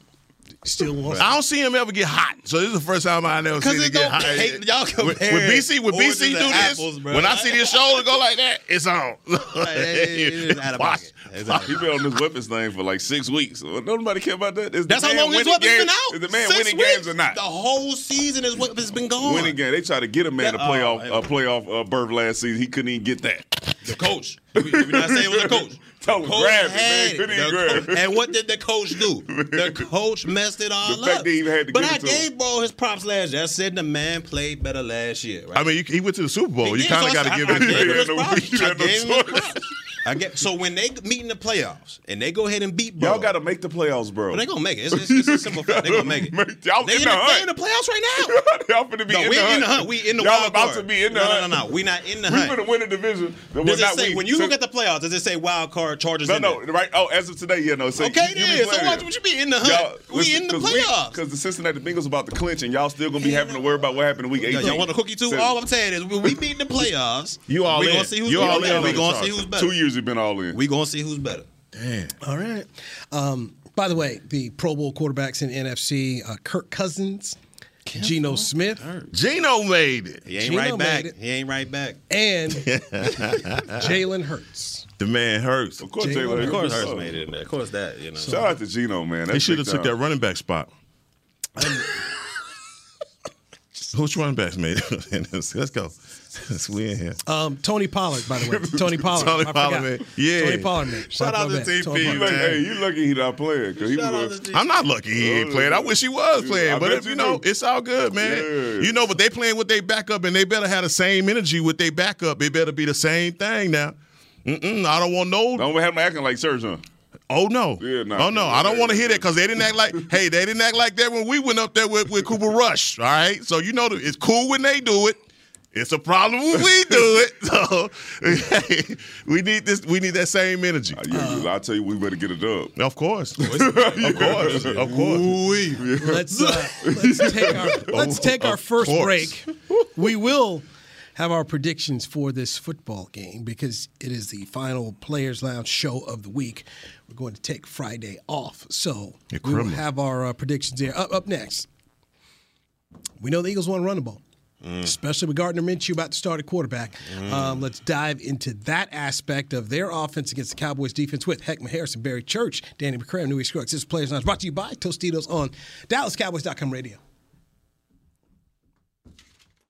[SPEAKER 4] still wants.
[SPEAKER 8] I don't see him ever get hot. So this is the first time I never
[SPEAKER 6] Because
[SPEAKER 8] seen him
[SPEAKER 6] it
[SPEAKER 8] get
[SPEAKER 6] don't-
[SPEAKER 8] hot.
[SPEAKER 6] hey, y'all
[SPEAKER 8] When- when,
[SPEAKER 6] compare
[SPEAKER 8] BC, when
[SPEAKER 6] oranges
[SPEAKER 8] BC do
[SPEAKER 6] and
[SPEAKER 8] this,
[SPEAKER 6] apples, bro.
[SPEAKER 8] when I see this shoulder go like that, it's on.
[SPEAKER 6] it's out of
[SPEAKER 8] Watch.
[SPEAKER 6] pocket. It's out of
[SPEAKER 7] He been on this weapons thing for like six weeks. Nobody care about that. Is the
[SPEAKER 6] That's how
[SPEAKER 7] man
[SPEAKER 6] long his
[SPEAKER 7] winning
[SPEAKER 6] weapons
[SPEAKER 7] games-
[SPEAKER 6] been out.
[SPEAKER 7] Is the man
[SPEAKER 6] Six
[SPEAKER 7] winning games
[SPEAKER 6] weeks.
[SPEAKER 7] or not?
[SPEAKER 6] The whole season is what has been gone.
[SPEAKER 7] Winning game. They tried to get a man a
[SPEAKER 6] Yeah.
[SPEAKER 7] playoff
[SPEAKER 6] Oh,
[SPEAKER 7] a playoff uh, berth last season. He couldn't even get that.
[SPEAKER 6] The coach. Did we, did we not say it was the coach?
[SPEAKER 7] Tell him,
[SPEAKER 6] Coach
[SPEAKER 7] grab it,
[SPEAKER 6] had
[SPEAKER 7] man. Couldn't
[SPEAKER 6] it.
[SPEAKER 7] even
[SPEAKER 6] The
[SPEAKER 7] grab
[SPEAKER 6] coach-
[SPEAKER 7] it.
[SPEAKER 6] And what did the coach do? The coach messed it all
[SPEAKER 7] The
[SPEAKER 6] up.
[SPEAKER 7] fact they even had to
[SPEAKER 6] but
[SPEAKER 7] give
[SPEAKER 6] I
[SPEAKER 7] it to
[SPEAKER 6] gave
[SPEAKER 7] him.
[SPEAKER 6] Bro his props last year. I said the man played better last year. Right?
[SPEAKER 8] I mean, you, he went to the Super Bowl.
[SPEAKER 6] He
[SPEAKER 8] you
[SPEAKER 6] did,
[SPEAKER 8] kind of
[SPEAKER 6] so I
[SPEAKER 8] got to
[SPEAKER 6] said,
[SPEAKER 8] give
[SPEAKER 6] I- I
[SPEAKER 8] him
[SPEAKER 6] gave him his
[SPEAKER 8] credit.
[SPEAKER 6] props.
[SPEAKER 7] you
[SPEAKER 6] I
[SPEAKER 7] had no
[SPEAKER 6] gave him his
[SPEAKER 7] choice.
[SPEAKER 6] props. I get so when they meet in the playoffs and they go ahead and beat Bro.
[SPEAKER 7] Y'all got to make the playoffs, bro.
[SPEAKER 6] But they gonna make it. It's, it's, it's a simple fact. They gonna make it.
[SPEAKER 7] Make- y'all
[SPEAKER 6] they
[SPEAKER 7] in
[SPEAKER 6] in the,
[SPEAKER 7] the
[SPEAKER 6] they
[SPEAKER 7] hunt.
[SPEAKER 6] in the playoffs right now.
[SPEAKER 7] Y'all finna be
[SPEAKER 6] No,
[SPEAKER 7] in,
[SPEAKER 6] we
[SPEAKER 7] the
[SPEAKER 6] ain't
[SPEAKER 7] hunt.
[SPEAKER 6] in the hunt. We in the
[SPEAKER 7] Y'all
[SPEAKER 6] wild
[SPEAKER 7] about
[SPEAKER 6] card.
[SPEAKER 7] to be in the
[SPEAKER 6] no,
[SPEAKER 7] hunt.
[SPEAKER 6] No, no, no. We not in the
[SPEAKER 7] We
[SPEAKER 6] hunt.
[SPEAKER 7] finna win a division. Well,
[SPEAKER 6] Does
[SPEAKER 7] not
[SPEAKER 6] it say
[SPEAKER 7] we.
[SPEAKER 6] when you look
[SPEAKER 7] So-
[SPEAKER 6] at the playoffs? Does it say wild card Chargers?
[SPEAKER 7] no,
[SPEAKER 6] in
[SPEAKER 7] no,
[SPEAKER 6] there?
[SPEAKER 7] right? Oh, as of today, yeah, no. So
[SPEAKER 6] Okay,
[SPEAKER 7] you, you
[SPEAKER 6] then. So watch what you be in the hunt. we in the playoffs.
[SPEAKER 7] because the Cincinnati Bengals about to clinch, and y'all still gonna be having to worry about what happened in week
[SPEAKER 6] Yo,
[SPEAKER 7] 18.
[SPEAKER 6] y'all want a cookie too?
[SPEAKER 7] So,
[SPEAKER 6] All I'm saying is when we beat the playoffs,
[SPEAKER 8] You all
[SPEAKER 6] we
[SPEAKER 8] in.
[SPEAKER 6] gonna see who's
[SPEAKER 8] You
[SPEAKER 6] better.
[SPEAKER 8] all in on
[SPEAKER 6] We
[SPEAKER 8] the
[SPEAKER 6] gonna see
[SPEAKER 8] Chargers.
[SPEAKER 6] who's
[SPEAKER 7] two
[SPEAKER 6] better.
[SPEAKER 7] years you've been all in.
[SPEAKER 6] We gonna see who's better.
[SPEAKER 4] All right. Um, by the way, the Pro Bowl quarterbacks in NFC: uh, Kirk Cousins, Geno Smith,
[SPEAKER 8] Gino made it.
[SPEAKER 6] He ain't
[SPEAKER 4] Gino
[SPEAKER 6] right back.
[SPEAKER 4] made it.
[SPEAKER 6] He ain't right back.
[SPEAKER 4] and Jalen Hurts.
[SPEAKER 8] The man hurts.
[SPEAKER 7] of course,
[SPEAKER 4] Jalen
[SPEAKER 7] Jalen.
[SPEAKER 6] Of course, Hurts
[SPEAKER 7] Hurts
[SPEAKER 6] made it. man. Of course, that you know.
[SPEAKER 7] Shout out to Gino, man. That's
[SPEAKER 8] They should have
[SPEAKER 7] big
[SPEAKER 8] took that
[SPEAKER 7] time.
[SPEAKER 8] running back spot. Who's running backs made it? Let's go. we in here.
[SPEAKER 4] Um, Tony Pollard, by the way. Tony Pollard.
[SPEAKER 8] Tony
[SPEAKER 4] I forgot.
[SPEAKER 8] Pollard, man. Yeah.
[SPEAKER 4] Tony Pollard, man.
[SPEAKER 8] Shout
[SPEAKER 4] My-
[SPEAKER 8] out
[SPEAKER 4] my
[SPEAKER 8] to
[SPEAKER 4] bad.
[SPEAKER 8] TP,
[SPEAKER 4] Tony Pollard.
[SPEAKER 7] You lucky,
[SPEAKER 8] man.
[SPEAKER 7] hey, you lucky he not playing because he
[SPEAKER 6] Shout out
[SPEAKER 7] was.
[SPEAKER 6] to
[SPEAKER 8] I'm not lucky he ain't playing. I wish he was
[SPEAKER 7] Oh, I
[SPEAKER 8] playing, but
[SPEAKER 7] bet
[SPEAKER 8] if,
[SPEAKER 7] you
[SPEAKER 8] you know,
[SPEAKER 7] do.
[SPEAKER 8] it's all good, man.
[SPEAKER 7] Yeah.
[SPEAKER 8] You know, but they playing with their backup, and they better have the same energy with their backup. It better be the same thing now. Mm-mm, I don't want no.
[SPEAKER 7] Don't have him acting like Surgeon.
[SPEAKER 8] Oh no.
[SPEAKER 7] Yeah, nah.
[SPEAKER 8] oh no. I don't want to hear that because they didn't act like. hey, they didn't act like that when we went up there with, with Cooper Rush. All right. So you know, it's cool when they do it.
[SPEAKER 7] It's a problem when we do it. So hey, we need this. We need that same energy.
[SPEAKER 9] Uh, yeah, you- I tell you, we better get it up.
[SPEAKER 7] Of course, of course, of course.
[SPEAKER 4] Let's uh, let's take our let's take our
[SPEAKER 7] of
[SPEAKER 4] first
[SPEAKER 7] course.
[SPEAKER 4] break. We will have our predictions for this football game because it is the final Players Lounge show of the week. We're going to take Friday off, so
[SPEAKER 7] You're
[SPEAKER 4] we will
[SPEAKER 7] criminal.
[SPEAKER 4] have our uh, predictions there. Up up next, we know the Eagles want to run the ball.
[SPEAKER 7] Mm.
[SPEAKER 4] Especially with Gardner Minshew about to start at quarterback. Um, let's dive into that aspect of their offense against the Cowboys defense with Heckman Harrison, Barry Church, Danny McCray, New East Crooks. This is Players Lounge brought to you by Tostitos on DallasCowboys.com radio.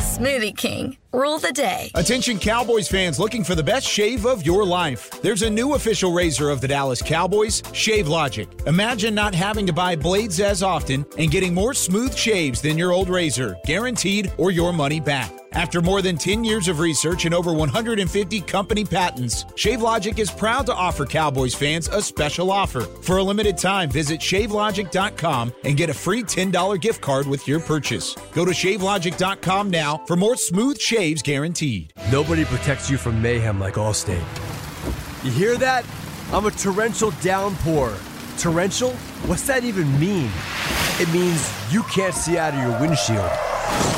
[SPEAKER 10] Smoothie King, rule the day.
[SPEAKER 3] Attention Cowboys fans looking for the best shave of your life. There's a new official razor of the Dallas Cowboys, Shave Logic. Imagine not having to buy blades as often and getting more smooth shaves than your old razor, guaranteed or your money back. After more than 10 years of research and over 150 company patents, ShaveLogic is proud to offer Cowboys fans a special offer. For a limited time, visit shavelogic.com and get a free $10 gift card with your purchase. Go to shavelogic.com now for more smooth shaves guaranteed.
[SPEAKER 5] Nobody protects you from mayhem like Allstate. You hear that? I'm a torrential downpour. Torrential? What's that even mean? It means you can't see out of your windshield.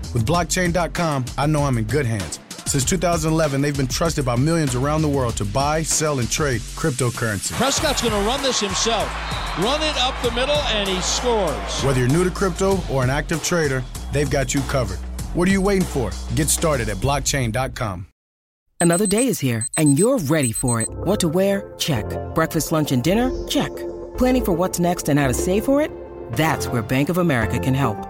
[SPEAKER 11] With blockchain.com, I know I'm in good hands. Since 2011, they've been trusted by millions around the world to buy, sell, and trade cryptocurrency.
[SPEAKER 2] Prescott's going to run this himself. Run it up the middle, and he scores.
[SPEAKER 11] Whether you're new to crypto or an active trader, they've got you covered. What are you waiting for? Get started at blockchain.com.
[SPEAKER 8] Another day is here, and you're ready for it. What to wear? Check. Breakfast, lunch, and dinner? Check. Planning for what's next and how to save for it? That's where Bank of America can help.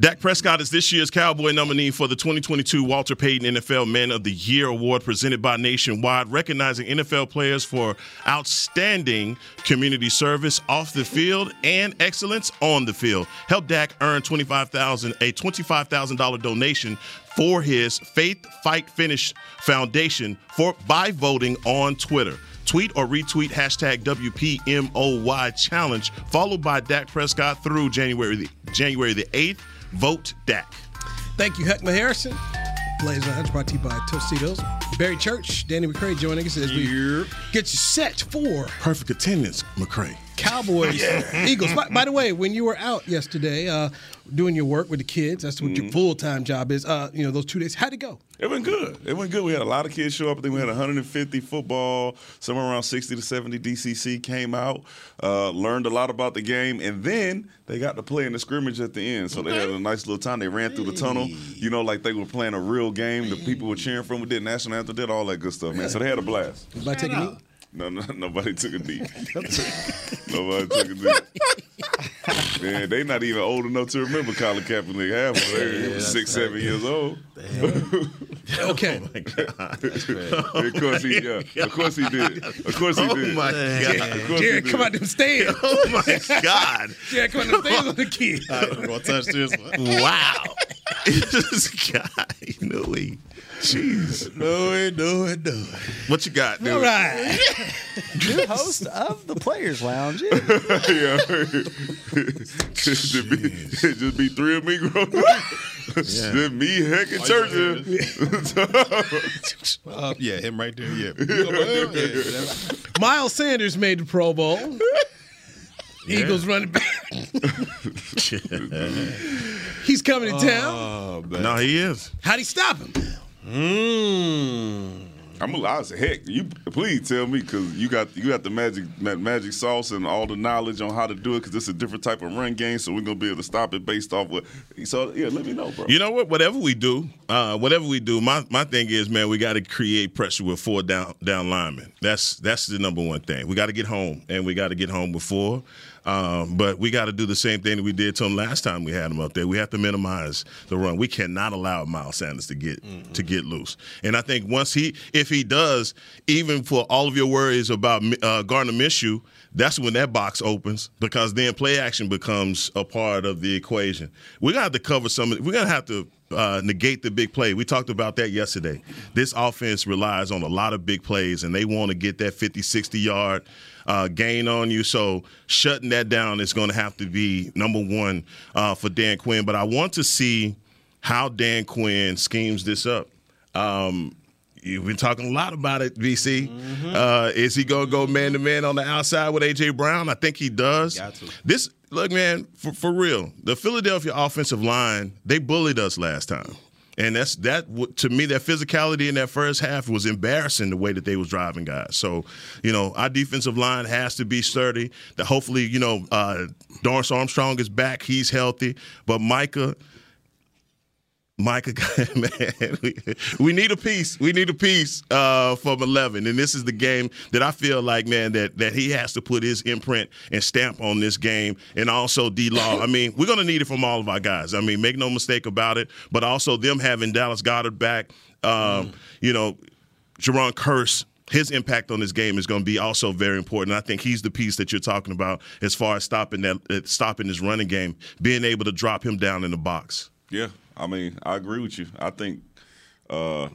[SPEAKER 7] Dak Prescott is this year's Cowboy nominee for the 2022 Walter Payton NFL Man of the Year Award presented by Nationwide, recognizing NFL players for outstanding community service off the field and excellence on the field. Help Dak earn 25000 a $25,000 donation for his Faith Fight Finish Foundation for by voting on Twitter. Tweet or retweet hashtag WPMOY challenge, followed by Dak Prescott through January the, January the 8th. Vote Dak.
[SPEAKER 4] Thank you, Heckma Harrison. Blaze Lounge brought to you by Tostitos. Barry Church, Danny McCray joining us as we get you set for
[SPEAKER 7] Perfect attendance, McCray.
[SPEAKER 4] Cowboys, Eagles. By, by the way, when you were out yesterday uh, doing your work with the kids, that's what your full time job is. Uh, you know, those two days, how'd it go?
[SPEAKER 9] It went good. It went good. We had a lot of kids show up. I think we had 150 football, somewhere around 60 to 70 DCC came out, uh, learned a lot about the game, and then they got to play in the scrimmage at the end. So they had a nice little time. They ran through the tunnel, you know, like they were playing a real game. The people were cheering for them. We did national anthem, did all that good stuff, man. So they had a blast.
[SPEAKER 4] By taking me?
[SPEAKER 9] No, no, nobody took a knee. nobody took a knee. Man, they not even old enough to remember Colin Kaepernick. Half of them, They was six, seven years old.
[SPEAKER 4] Okay.
[SPEAKER 9] Of course he, yeah. Of course he did. Of course he
[SPEAKER 7] Oh
[SPEAKER 9] did.
[SPEAKER 7] my
[SPEAKER 9] Of
[SPEAKER 7] God.
[SPEAKER 9] course he
[SPEAKER 4] Jared,
[SPEAKER 9] did.
[SPEAKER 4] come out them stands.
[SPEAKER 7] Oh my God.
[SPEAKER 4] Jared, come out them stands on the kid.
[SPEAKER 12] Gonna touch this one.
[SPEAKER 7] Wow. this guy, no way. Jeez. No way, no way, no way. What you got, dude?
[SPEAKER 5] All right. New host of the Players Lounge. yeah.
[SPEAKER 8] yeah. just, be, just be three of me growing Just me, Heck, and Churchill.
[SPEAKER 6] Uh, yeah, him right there. Yeah.
[SPEAKER 4] Miles Sanders made the Pro Bowl. Eagles running back. He's coming to town.
[SPEAKER 7] No, he is.
[SPEAKER 4] How'd he stop him?
[SPEAKER 8] Mm. I'm alive as heck. You please tell me because you got you got the magic ma- magic sauce and all the knowledge on how to do it because it's a different type of run game. So we're gonna be able to stop it based off what. So yeah, let me know, bro.
[SPEAKER 7] You know what? Whatever we do, uh, whatever we do, my, my thing is, man, we got to create pressure with four down down linemen. That's that's the number one thing. We got to get home, and we got to get home before. Um, but we got to do the same thing that we did to him last time we had him up there. We have to minimize the run. We cannot allow Miles Sanders to get to get loose. And I think once he, if he does, even for all of your worries about uh, Gardner Minshew, that's when that box opens because then play action becomes a part of the equation. We're gonna have to cover some. of We're gonna have to uh, negate the big play. We talked about that yesterday. This offense relies on a lot of big plays, and they want to get that 50, 60 yard uh, gain on you. So shutting that down is going to have to be number one uh, for Dan Quinn. But I want to see how Dan Quinn schemes this up. Um, You've been talking a lot about it, VC.
[SPEAKER 6] Mm-hmm.
[SPEAKER 7] Uh, is he gonna go man to man on the outside with AJ Brown? I think he does.
[SPEAKER 6] Got to.
[SPEAKER 7] This look, man, for, for real, the Philadelphia offensive line they bullied us last time, and that's that w- to me that physicality in that first half was embarrassing the way that they was driving guys. So, you know, our defensive line has to be sturdy. That hopefully, you know, uh, Doris Armstrong is back, he's healthy, but Micah. Micah, man, we, we need a piece. We need a piece uh, from eleven, and this is the game that I feel like, man, that that he has to put his imprint and stamp on this game, and also D Law. I mean, we're gonna need it from all of our guys. I mean, make no mistake about it. But also them having Dallas Goddard back, um, you know, Jerron Curse. His impact on this game is going to be also very important. I think he's the piece that you're talking about as far as stopping that, uh, stopping this running game, being able to drop him down in the box.
[SPEAKER 8] Yeah, I mean, I agree with you. I think uh,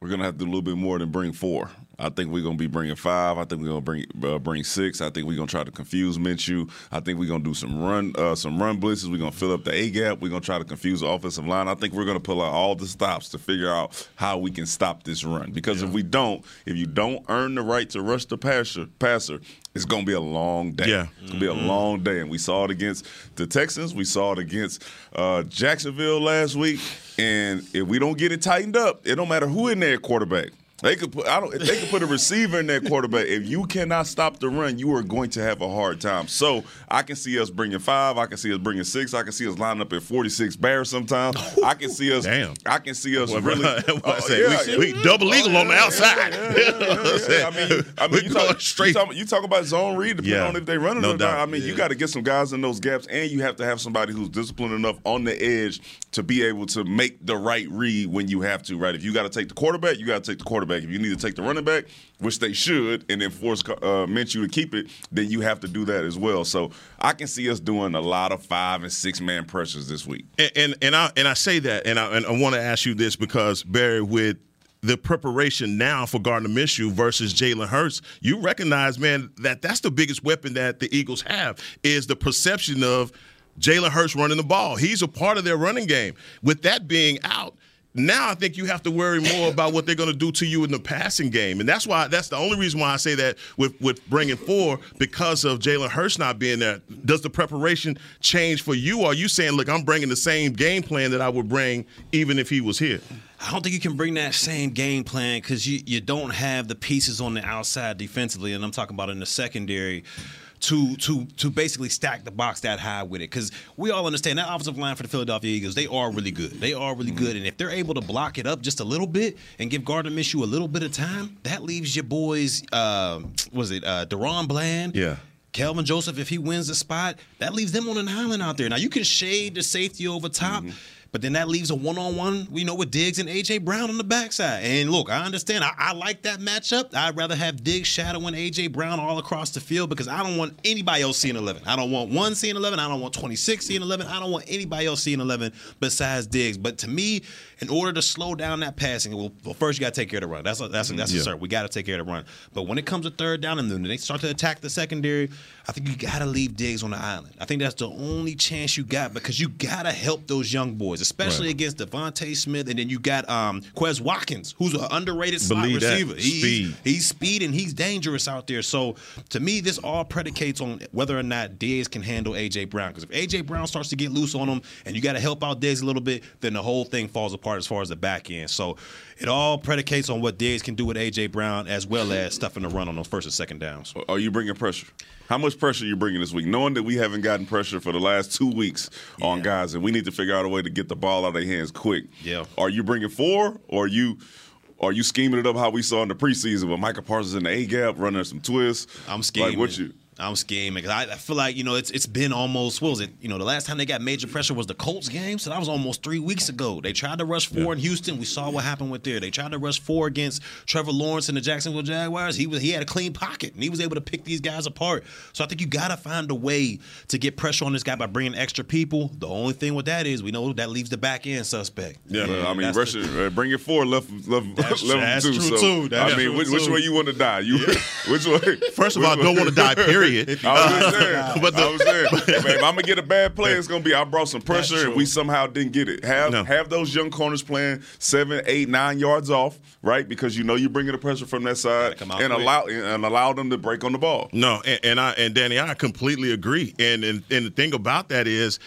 [SPEAKER 8] we're gonna have to do a little bit more than bring four. I think we're gonna be bringing five. I think we're gonna bring uh, bring six. I think we're gonna try to confuse Minshew. I think we're gonna do some run uh, some run blitzes. We're gonna fill up the A gap. We're gonna try to confuse the offensive line. I think we're gonna pull out all the stops to figure out how we can stop this run. Because if we don't, if you don't earn the right to rush the passer, passer, it's gonna be a long day.
[SPEAKER 7] Yeah.
[SPEAKER 8] It's gonna be a long day, and we saw it against the Texans. We saw it against uh, Jacksonville last week. And if we don't get it tightened up, it don't matter who in there at quarterback. They could put I don't. They could put a receiver in there quarterback. If you cannot stop the run, you are going to have a hard time. So I can see us bringing five. I can see us bringing six. I can see us lining up at forty six bears sometimes. I can see us.
[SPEAKER 7] Damn.
[SPEAKER 8] I can see us
[SPEAKER 7] Well,
[SPEAKER 8] really.
[SPEAKER 7] bro, I
[SPEAKER 8] Oh,
[SPEAKER 7] say,
[SPEAKER 8] yeah,
[SPEAKER 7] we,
[SPEAKER 8] yeah. Oh,
[SPEAKER 7] we double eagle on the
[SPEAKER 8] yeah,
[SPEAKER 7] outside.
[SPEAKER 8] Yeah, I mean, I mean, you talk, you, talk, you talk about zone read depending
[SPEAKER 7] Yeah.
[SPEAKER 8] on if they running
[SPEAKER 7] No
[SPEAKER 8] or not.
[SPEAKER 7] doubt.
[SPEAKER 8] I mean, you
[SPEAKER 7] Yeah.
[SPEAKER 8] got to get some guys in those gaps, and you have to have somebody who's disciplined enough on the edge to be able to make the right read when you have to. Right? If you got to take the quarterback, you got to take the quarterback. If you need to take the running back, which they should, and then force uh, Minshew to keep it, then you have to do that as well. So I can see us doing a lot of five and six man pressures this week.
[SPEAKER 7] and, and and I and I say that, and I and I want to ask you this because Barry, with the preparation now for Gardner Minshew versus Jalen Hurts, you recognize, man, that that's the biggest weapon that the Eagles have is the perception of Jalen Hurts running the ball. He's a part of their running game. With that being out. Now I think you have to worry more about what they're going to do to you in the passing game, and that's why that's the only reason why I say that with with bringing four because of Jalen Hurst not being there. Does the preparation change for you? Or are you saying, look, I'm bringing the same game plan that I would bring even if he was here?
[SPEAKER 6] I don't think you can bring that same game plan because you, you don't have the pieces on the outside defensively, and I'm talking about in the secondary. To, to to basically stack the box that high with it because we all understand that offensive line for the Philadelphia Eagles they are really good they are really good and if they're able to block it up just a little bit and give Gardner Minshew a little bit of time that leaves your boys uh, was it uh, Deron Bland
[SPEAKER 7] Yeah.
[SPEAKER 6] Kelvin Joseph, if he wins the spot, that leaves them on an island out there. Now you can shade the safety over top, But then that leaves a one on one, we know, with Diggs and AJ Brown on the backside. And look, I understand. I, I like that matchup. I'd rather have Diggs shadowing AJ Brown all across the field because I don't want anybody else seeing 11. I don't want one seeing 11. I don't want 26 seeing 11. I don't want anybody else seeing 11 besides Diggs. But to me, in order to slow down that passing, well, well first you got to take care of the run. That's a, that's a, that's a
[SPEAKER 8] Yeah.
[SPEAKER 6] cert. We got to take care of the run. But when it comes to third down and then they start to attack the secondary, I think you got to leave Diggs on the island. I think that's the only chance you got because you got to help those young boys, especially
[SPEAKER 8] Right.
[SPEAKER 6] against Devontae Smith. And then you got um, Quez Watkins, who's an underrated slot
[SPEAKER 8] Believe that.
[SPEAKER 6] receiver. He-
[SPEAKER 8] Speed.
[SPEAKER 6] He's speed and he's dangerous out there. So to me, this all predicates on whether or not Diggs can handle AJ Brown. Because if AJ Brown starts to get loose on him and you got to help out Diggs a little bit, then the whole thing falls apart as far as the back end. So it all predicates on what Diggs can do with AJ Brown as well as stuffing the run on those first and second downs.
[SPEAKER 5] Are you bringing pressure? How much pressure are you bringing this week? Knowing that we haven't gotten pressure for the last two weeks on guys, and we need to figure out a way to get the ball out of their hands quick.
[SPEAKER 6] Yeah.
[SPEAKER 5] Are you bringing four, or are you are you scheming it up how we saw in the preseason with Michael Parsons in the A gap running some twists?
[SPEAKER 6] I'm scheming.
[SPEAKER 5] Like what you?
[SPEAKER 6] I'm scheming. 'Cause I, I feel like you know it's it's been almost what was it? You know the last time they got major pressure was the Colts game, so that was almost three weeks ago. They tried to rush four in Houston. We saw what happened with there. They tried to rush four against Trevor Lawrence and the Jacksonville Jaguars. He was he had a clean pocket and he was able to pick these guys apart. So I think you gotta find a way to get pressure on this guy by bringing extra people. The only thing with that is we know that leaves the back end suspect.
[SPEAKER 5] Yeah, I mean,
[SPEAKER 6] that's
[SPEAKER 5] Russia, uh, bring it four, left, left,
[SPEAKER 6] That's-
[SPEAKER 5] left
[SPEAKER 6] that's
[SPEAKER 5] two.
[SPEAKER 6] true
[SPEAKER 5] so,
[SPEAKER 6] too. That's
[SPEAKER 5] I mean,
[SPEAKER 6] true
[SPEAKER 5] which, which
[SPEAKER 6] too.
[SPEAKER 5] way you want to die? You, which way?
[SPEAKER 8] First of all, I
[SPEAKER 5] which
[SPEAKER 8] don't
[SPEAKER 5] way-
[SPEAKER 8] wanna die, period.
[SPEAKER 5] I was just
[SPEAKER 8] Uh,
[SPEAKER 5] saying.
[SPEAKER 8] but the-
[SPEAKER 5] I was saying. if, I'm gonna get a bad play, it's gonna be I brought some pressure and we somehow didn't get it. Have have those young corners playing seven, eight, nine yards off, right? Because you know you're bringing the pressure from that side
[SPEAKER 8] out
[SPEAKER 5] and
[SPEAKER 8] quick.
[SPEAKER 5] allow and allow them to break on the ball.
[SPEAKER 8] No, and, and I and Danny, I completely agree. And, and and the thing about that is,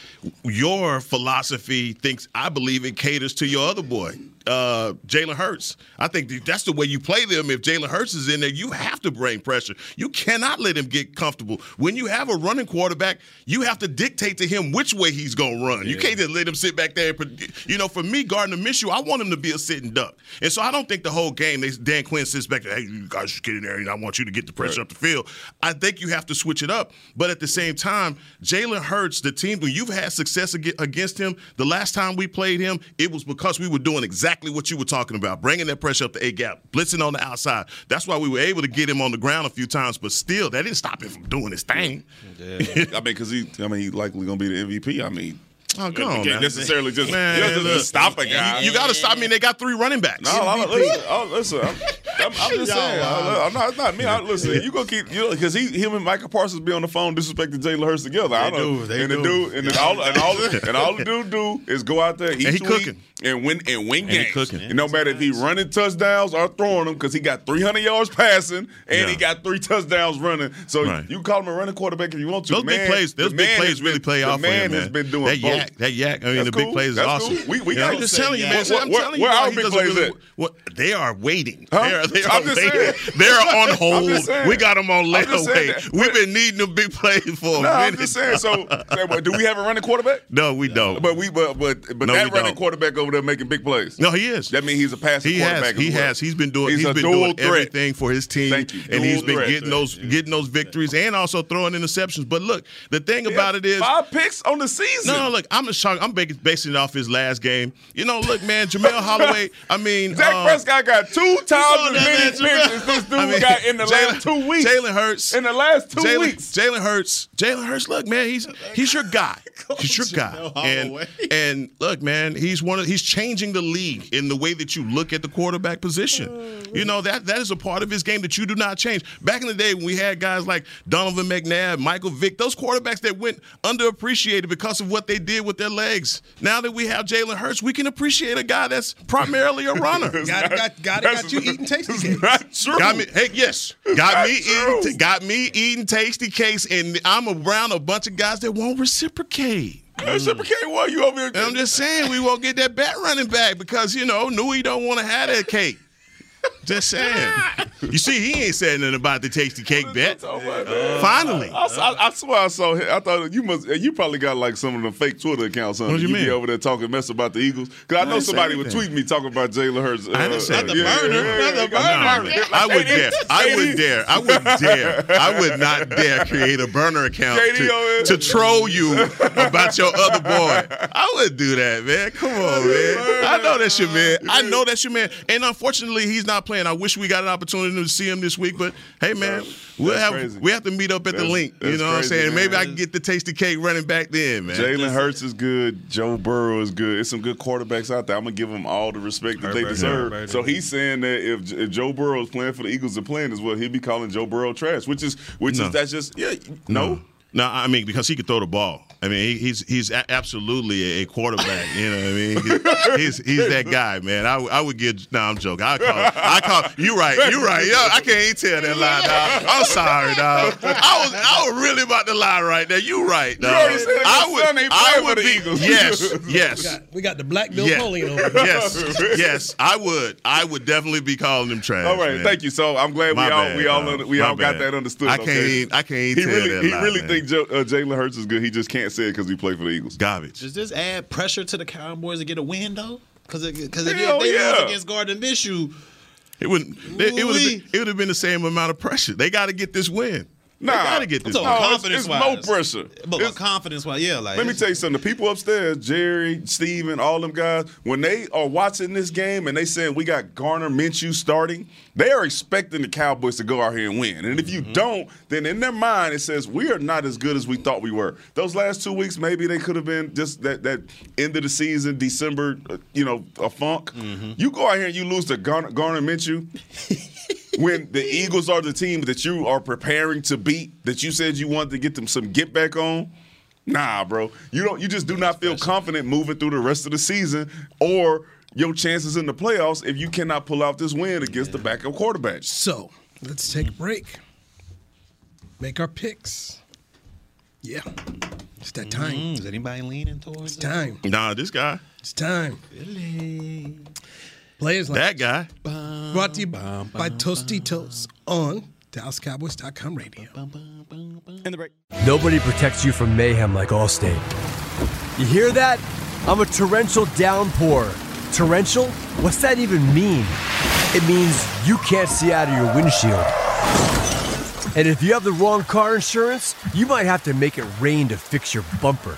[SPEAKER 8] your philosophy thinks I believe it caters to your other boy, uh, Jalen Hurts. I think that that's the way you play them. If Jalen Hurts is in there, you have to bring pressure. You cannot let him get comfortable. When you have a running quarterback, you have to dictate to him which way he's gonna run. You can't just let him sit back there. And, pre- you know, for me, Gardner Minshew, I want him to be a sitting duck. And so I don't think the whole game they Dan Quinn sits back there. Hey, you guys just get in there, and I want you to get the pressure
[SPEAKER 5] Right.
[SPEAKER 8] up the field. I think you have to switch it up. But at the same time, Jalen Hurts, the team when you've had success ag- against him, the last time we played him, it was because we were doing exactly what you were talking about, bringing that pressure up the A gap, blitzing on the outside. That's why we were able to get him on the ground a few times. But still, that didn't stop him from doing his thing.
[SPEAKER 5] I mean, because he, I mean, he likely gonna be the MVP. I mean,
[SPEAKER 8] Oh,
[SPEAKER 5] you
[SPEAKER 8] come on,
[SPEAKER 5] can't
[SPEAKER 8] man.
[SPEAKER 5] necessarily just,
[SPEAKER 8] Man,
[SPEAKER 5] you don't just
[SPEAKER 8] look.
[SPEAKER 5] stop a guy.
[SPEAKER 8] You, got to stop. I mean, they got three running backs.
[SPEAKER 5] No, I'm, listen, I'm, listen, I'm, I'm, I'm just
[SPEAKER 8] Y'all
[SPEAKER 5] saying.
[SPEAKER 8] wild.
[SPEAKER 5] I'm, I'm not, it's not me. I, listen, you gonna keep you because he, him and Michael Parsons be on the phone disrespecting Jalen Hurts together. I
[SPEAKER 8] They
[SPEAKER 5] don't,
[SPEAKER 8] do, they
[SPEAKER 5] and
[SPEAKER 8] do.
[SPEAKER 5] the dude, and then all, and all, and all the dude do is go out there, eat
[SPEAKER 8] And he
[SPEAKER 5] to
[SPEAKER 8] cooking.
[SPEAKER 5] eat, and win, and win
[SPEAKER 8] And he
[SPEAKER 5] games.
[SPEAKER 8] cooking.
[SPEAKER 5] And no matter if he running touchdowns or throwing them, because he got 300 yards passing and he
[SPEAKER 8] Yeah.
[SPEAKER 5] got three touchdowns running. So
[SPEAKER 8] Right.
[SPEAKER 5] you call him a running quarterback if you want to.
[SPEAKER 8] Those
[SPEAKER 5] The
[SPEAKER 8] big
[SPEAKER 5] man-
[SPEAKER 8] plays, those
[SPEAKER 5] the
[SPEAKER 8] big
[SPEAKER 5] man
[SPEAKER 8] plays
[SPEAKER 5] has
[SPEAKER 8] really
[SPEAKER 5] been-
[SPEAKER 8] play
[SPEAKER 5] the
[SPEAKER 8] off for him,
[SPEAKER 5] man.
[SPEAKER 8] man.
[SPEAKER 5] has been doing
[SPEAKER 8] that
[SPEAKER 5] both.
[SPEAKER 8] yak, that yak. I mean,
[SPEAKER 5] That's
[SPEAKER 8] the big
[SPEAKER 5] cool.
[SPEAKER 8] plays
[SPEAKER 5] That's
[SPEAKER 8] are
[SPEAKER 5] cool.
[SPEAKER 8] awesome.
[SPEAKER 5] We, we
[SPEAKER 8] You know?
[SPEAKER 5] got
[SPEAKER 8] I'm just telling you, man.
[SPEAKER 5] What-
[SPEAKER 8] so I'm
[SPEAKER 5] what-
[SPEAKER 8] telling you,
[SPEAKER 5] where
[SPEAKER 8] why
[SPEAKER 5] our
[SPEAKER 8] he
[SPEAKER 5] big
[SPEAKER 8] doesn't
[SPEAKER 5] plays
[SPEAKER 8] really-
[SPEAKER 5] at?
[SPEAKER 8] what- they are waiting.
[SPEAKER 5] Huh?
[SPEAKER 8] They are, they are
[SPEAKER 5] I'm just
[SPEAKER 8] waiting.
[SPEAKER 5] saying.
[SPEAKER 8] They're on
[SPEAKER 5] I'm just
[SPEAKER 8] hold.
[SPEAKER 5] saying.
[SPEAKER 8] We got them on
[SPEAKER 5] I'm just saying
[SPEAKER 8] layaway.
[SPEAKER 5] that-
[SPEAKER 8] We've been needing them big plays for a
[SPEAKER 5] No, I'm
[SPEAKER 8] minute.
[SPEAKER 5] just saying. So, say, well, do we have a running quarterback?
[SPEAKER 8] no, we don't.
[SPEAKER 5] But we, but but but
[SPEAKER 8] No, we
[SPEAKER 5] that running
[SPEAKER 8] don't.
[SPEAKER 5] quarterback over there making big plays.
[SPEAKER 8] No, he is.
[SPEAKER 5] That means he's a passing
[SPEAKER 8] He has.
[SPEAKER 5] quarterback.
[SPEAKER 8] He
[SPEAKER 5] as well.
[SPEAKER 8] has. He's been doing.
[SPEAKER 5] He's
[SPEAKER 8] he's
[SPEAKER 5] a
[SPEAKER 8] been
[SPEAKER 5] dual
[SPEAKER 8] doing
[SPEAKER 5] threat.
[SPEAKER 8] everything for his team,
[SPEAKER 5] Thank you.
[SPEAKER 8] and he's
[SPEAKER 5] Dual
[SPEAKER 8] been
[SPEAKER 5] threat.
[SPEAKER 8] getting those getting those victories and also throwing interceptions. But look, the thing about it is
[SPEAKER 5] five picks on the season.
[SPEAKER 8] No, no, look, I'm just talking. I'm ba- basing it off his last game. You know, look, man, Jamel Holloway. I mean,
[SPEAKER 5] Dak
[SPEAKER 8] um,
[SPEAKER 5] Prescott got two
[SPEAKER 8] you saw
[SPEAKER 5] times as
[SPEAKER 8] that,
[SPEAKER 5] many
[SPEAKER 8] man, Jamel.
[SPEAKER 5] picks as this dude
[SPEAKER 8] I mean,
[SPEAKER 5] got in the
[SPEAKER 8] Jalen-
[SPEAKER 5] last two weeks.
[SPEAKER 8] Jalen Hurts
[SPEAKER 5] in the last two
[SPEAKER 8] Jalen,
[SPEAKER 5] weeks.
[SPEAKER 8] Jalen Hurts. Jalen Hurts. Look, man, he's he's your guy. He's your guy. And and look, man, he's one of he's changing the league in the way that you look at the quarterback position.
[SPEAKER 5] Mm.
[SPEAKER 8] You know that that is a part of his game that you do not change. Back in the day when we had guys like Donovan McNabb, Michael Vick, those quarterbacks that went underappreciated because of what they did with their legs. Now that we have Jalen Hurts, we can appreciate a guy that's primarily a runner.
[SPEAKER 4] Got, got, got, got you eating tasty cakes.
[SPEAKER 8] Got me. Hey, yes. Got
[SPEAKER 4] not
[SPEAKER 8] me
[SPEAKER 4] true.
[SPEAKER 8] eating. Got me eating tasty cakes, and I'm around a bunch of guys that won't reciprocate.
[SPEAKER 5] Reciprocate what you over here?
[SPEAKER 8] I'm just saying we won't get that bat running back because you know Nui don't want to have that cake. Just saying. you see, he ain't saying nothing about the tasty cake bet. Finally.
[SPEAKER 5] I, I- I swear I saw him. I thought you must. You probably got like some of the fake Twitter accounts. Huh?
[SPEAKER 8] What do you
[SPEAKER 5] you
[SPEAKER 8] mean?
[SPEAKER 5] be over there talking mess about the Eagles? Because
[SPEAKER 8] I
[SPEAKER 5] I know
[SPEAKER 8] didn't say
[SPEAKER 5] somebody would tweet
[SPEAKER 8] anything.
[SPEAKER 5] me talking about Jalen Hurts.
[SPEAKER 8] I didn't say
[SPEAKER 5] Uh, the
[SPEAKER 8] anything. I would dare. I would dare. I would dare. I would not dare create a burner account
[SPEAKER 5] JD
[SPEAKER 8] to,
[SPEAKER 5] over
[SPEAKER 8] to troll you about your other boy. I would do that, man. Come on, man. I know that's your man. I know that's your man. And unfortunately, he's not playing. I wish we got an opportunity to see him this week, but hey, man, we'll
[SPEAKER 5] that's
[SPEAKER 8] have
[SPEAKER 5] crazy.
[SPEAKER 8] we have to meet up at the
[SPEAKER 5] That's-
[SPEAKER 8] link. You
[SPEAKER 5] that's
[SPEAKER 8] know what I'm
[SPEAKER 5] crazy,
[SPEAKER 8] saying? Maybe
[SPEAKER 5] man.
[SPEAKER 8] I can get the tasty cake running back then, man.
[SPEAKER 5] Jalen Hurts is good. Joe Burrow is good. It's some good quarterbacks out there. I'm gonna give them all the respect that they
[SPEAKER 8] Herbert,
[SPEAKER 5] deserve.
[SPEAKER 8] Herbert.
[SPEAKER 5] So he's saying that if, if Joe Burrow is playing for the Eagles and playing as well, he'd be calling Joe Burrow trash, which is which
[SPEAKER 8] No.
[SPEAKER 5] is that's just yeah Hmm.
[SPEAKER 8] No. No, I mean because he could throw the ball. I mean he, he's he's a- absolutely a quarterback. You know what I mean? He's he's, he's that guy, man. I, would- I would get. No, I'm joking. I call. I call. You right. You right. Yo, I can't even tell that lie, dog. I'm sorry, dog. I was I was really about to lie right there. You right, dog.
[SPEAKER 5] already said
[SPEAKER 8] I
[SPEAKER 5] your
[SPEAKER 8] would.
[SPEAKER 5] son ain't
[SPEAKER 8] I
[SPEAKER 5] playing
[SPEAKER 8] would
[SPEAKER 5] for the
[SPEAKER 8] be.
[SPEAKER 5] Eagles.
[SPEAKER 8] Yes.
[SPEAKER 4] We
[SPEAKER 8] Yes.
[SPEAKER 4] got, we got the black Bill Polian over here.
[SPEAKER 8] yes, yes, I would. I would definitely be calling him trash.
[SPEAKER 5] All right,
[SPEAKER 8] man.
[SPEAKER 5] thank you. So I'm glad
[SPEAKER 8] My
[SPEAKER 5] we all
[SPEAKER 8] bad,
[SPEAKER 5] we all
[SPEAKER 8] dog.
[SPEAKER 5] under- we
[SPEAKER 8] My
[SPEAKER 5] all got
[SPEAKER 8] bad.
[SPEAKER 5] that understood.
[SPEAKER 8] I can't.
[SPEAKER 5] okay?
[SPEAKER 8] even- I can't.
[SPEAKER 5] He
[SPEAKER 8] Even tell
[SPEAKER 5] really
[SPEAKER 8] that
[SPEAKER 5] he
[SPEAKER 8] lie,
[SPEAKER 5] really
[SPEAKER 8] man.
[SPEAKER 5] think jo- uh, Jalen Hurts is good. He just can't say it because he played for the Eagles.
[SPEAKER 8] Garbage.
[SPEAKER 6] Does this add pressure to the Cowboys to get a win though? Because because again,
[SPEAKER 5] Hell
[SPEAKER 6] they lose
[SPEAKER 5] yeah.
[SPEAKER 6] against Gardner Minshew.
[SPEAKER 8] It wouldn't. It, it would have.
[SPEAKER 6] Ooh-wee.
[SPEAKER 8] Been, it would have been the same amount of pressure. They got to get this win.
[SPEAKER 5] Nah,
[SPEAKER 8] they got to get this.
[SPEAKER 6] I'm
[SPEAKER 8] win.
[SPEAKER 6] talking
[SPEAKER 5] No, it's-
[SPEAKER 6] confidence
[SPEAKER 5] it's no pressure.
[SPEAKER 6] But
[SPEAKER 5] It's-
[SPEAKER 6] confidence wise, yeah, like
[SPEAKER 5] Let me tell you something. The people upstairs, Jerry, Steven, all them guys, when they are watching this game and they saying we got Garner Minshew starting, they are expecting the Cowboys to go out here and win. And if you don't, then in their mind it says we are not as good as we thought we were. Those last two weeks, maybe they could have been just that that end of the season, December, uh, you know, a funk. You go out here and you lose to Garner, Garner Minshew. when the Eagles are the team that you are preparing to beat, that you said you wanted to get them some get back on. Nah, bro. You don't you just do not feel confident moving through the rest of the season or your chances in the playoffs if you cannot pull out this win against the backup quarterback.
[SPEAKER 4] So let's take a break. Make our picks. Yeah. It's that time.
[SPEAKER 6] is anybody leaning towards
[SPEAKER 4] It's time.
[SPEAKER 8] Nah, this guy.
[SPEAKER 4] It's time. Players like
[SPEAKER 8] That guy.
[SPEAKER 4] brought to you by Tostitos on DallasCowboys.com radio.
[SPEAKER 7] In the break.
[SPEAKER 13] Nobody protects you from mayhem like Allstate. You hear that? I'm a torrential downpour. Torrential? What's that even mean? It means you can't see out of your windshield. And if you have the wrong car insurance, you might have to make it rain to fix your bumper.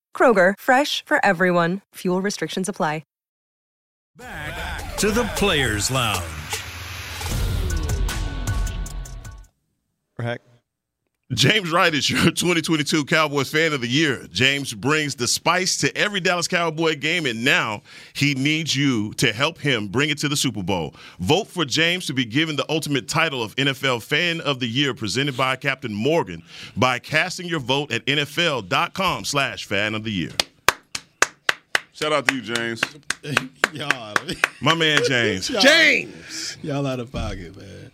[SPEAKER 7] Kroger, fresh for everyone. Fuel restrictions apply.
[SPEAKER 3] To the Players Lounge.
[SPEAKER 8] Right. James Wright is your 2022 Cowboys Fan of the Year. James brings the spice to every Dallas Cowboy game, and now he needs you to help him bring it to the Super Bowl. Vote for James to be given the ultimate title of NFL Fan of the Year presented by Captain Morgan by casting your vote at NFL.com slash fan of the year.
[SPEAKER 5] Shout out to you, James.
[SPEAKER 8] Y'all. My man James.
[SPEAKER 4] James.
[SPEAKER 6] Y'all out of pocket, man.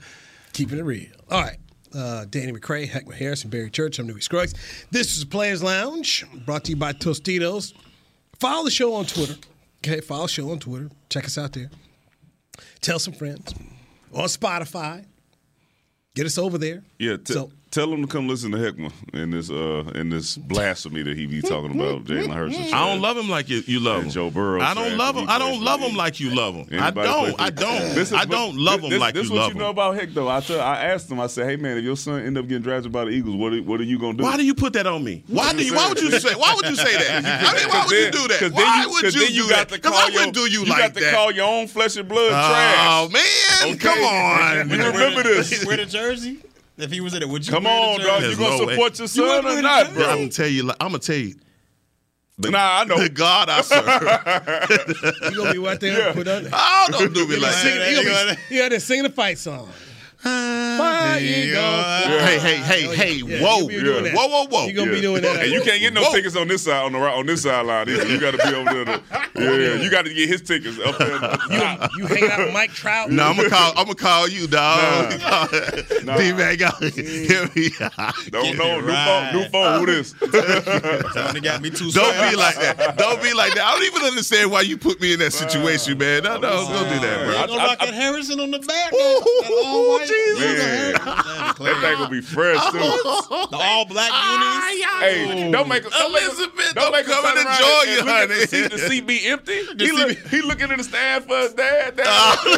[SPEAKER 4] Keeping it real. All right. Uh, Danny McCray, Heckman Harris, and Barry Church. I'm Newey Scruggs. This is Players Lounge, brought to you by Tostitos. Follow the show on Twitter. Okay, follow the show on Twitter. Check us out there. Tell some friends. On Spotify. Get us over there.
[SPEAKER 5] Yeah, t-
[SPEAKER 4] So-
[SPEAKER 5] tell him to come listen to Heckma in this uh in this blasphemy that he be talking about Jalen Hurts. and
[SPEAKER 8] I
[SPEAKER 5] shit.
[SPEAKER 8] don't love him like you, you love him.
[SPEAKER 5] And Joe Burrow.
[SPEAKER 8] I don't love him. I don't love him like you love him. I
[SPEAKER 5] Anybody
[SPEAKER 8] don't.
[SPEAKER 5] play
[SPEAKER 8] I
[SPEAKER 5] for-
[SPEAKER 8] don't.
[SPEAKER 5] This is
[SPEAKER 8] I
[SPEAKER 5] what-
[SPEAKER 8] don't love him
[SPEAKER 5] this,
[SPEAKER 8] like
[SPEAKER 5] this
[SPEAKER 8] you
[SPEAKER 5] what
[SPEAKER 8] love
[SPEAKER 5] you
[SPEAKER 8] him.
[SPEAKER 5] know about Heck though. I tell, I asked him. I said, "Hey man, if your son end up getting drafted by the Eagles, what are- what are you gonna do?"
[SPEAKER 8] Why do you put that on me? Why do you? Why would you say? Why would you say that? I mean, why would you do that? Why would you, do that? Because I wouldn't do you,
[SPEAKER 5] you got
[SPEAKER 8] like
[SPEAKER 5] to
[SPEAKER 8] that.
[SPEAKER 5] call your own flesh and blood
[SPEAKER 8] Oh,
[SPEAKER 5] trash.
[SPEAKER 8] man, come on.
[SPEAKER 5] You remember this?
[SPEAKER 6] Wear the jersey? If he was in it, would you
[SPEAKER 5] Come
[SPEAKER 6] wear the
[SPEAKER 5] on,
[SPEAKER 6] jersey?
[SPEAKER 5] dog. You
[SPEAKER 8] There's
[SPEAKER 5] gonna
[SPEAKER 8] no way.
[SPEAKER 5] support your
[SPEAKER 8] You
[SPEAKER 5] son
[SPEAKER 8] wouldn't
[SPEAKER 5] or
[SPEAKER 8] wear
[SPEAKER 5] not,
[SPEAKER 8] I'm
[SPEAKER 5] bro?
[SPEAKER 8] gonna tell you. like, I'm gonna tell you. The,
[SPEAKER 5] nah, I know.
[SPEAKER 8] The God I serve.
[SPEAKER 4] You gonna be right there put on
[SPEAKER 8] oh, don't do me like
[SPEAKER 4] Singing,
[SPEAKER 8] that.
[SPEAKER 4] you gonna be- you out there singing the fight song. Fire you go.
[SPEAKER 8] Hey, hey, hey, hey!
[SPEAKER 4] Oh, Yeah,
[SPEAKER 8] whoa,
[SPEAKER 4] you be doing that.
[SPEAKER 8] whoa, whoa, whoa!
[SPEAKER 4] You gonna be doing that.
[SPEAKER 5] And you can't get no
[SPEAKER 4] Whoa.
[SPEAKER 5] tickets on this side on the right- on this sideline either. You got to be over there. To, yeah, you got to get his tickets up there.
[SPEAKER 4] You hang out with Mike Trout.
[SPEAKER 8] No, I'm gonna call. I'm gonna call you, dog.
[SPEAKER 5] Nah.
[SPEAKER 8] D man, go. Hear me out.
[SPEAKER 5] Don't know. New phone. New phone. Who this?
[SPEAKER 6] Somebody got me too
[SPEAKER 8] Don't be like that. Don't be like that. I don't even understand why you put me in that situation, man. No, no, don't do that, bro.
[SPEAKER 6] They gonna rock that Harrison on the back.
[SPEAKER 8] Oh, Jesus.
[SPEAKER 5] Man, that thing gonna be fresh too.
[SPEAKER 6] The all black
[SPEAKER 4] Ah,
[SPEAKER 6] unis.
[SPEAKER 5] Hey, don't make don't make
[SPEAKER 8] Elizabeth,
[SPEAKER 5] don't make
[SPEAKER 8] I'm
[SPEAKER 5] him turn
[SPEAKER 8] coming to
[SPEAKER 5] around
[SPEAKER 8] join
[SPEAKER 5] and
[SPEAKER 8] you,
[SPEAKER 5] look at
[SPEAKER 8] honey.
[SPEAKER 5] The seat, the seat be empty. He, look, he looking in the stand for his dad. Dad.
[SPEAKER 8] Oh.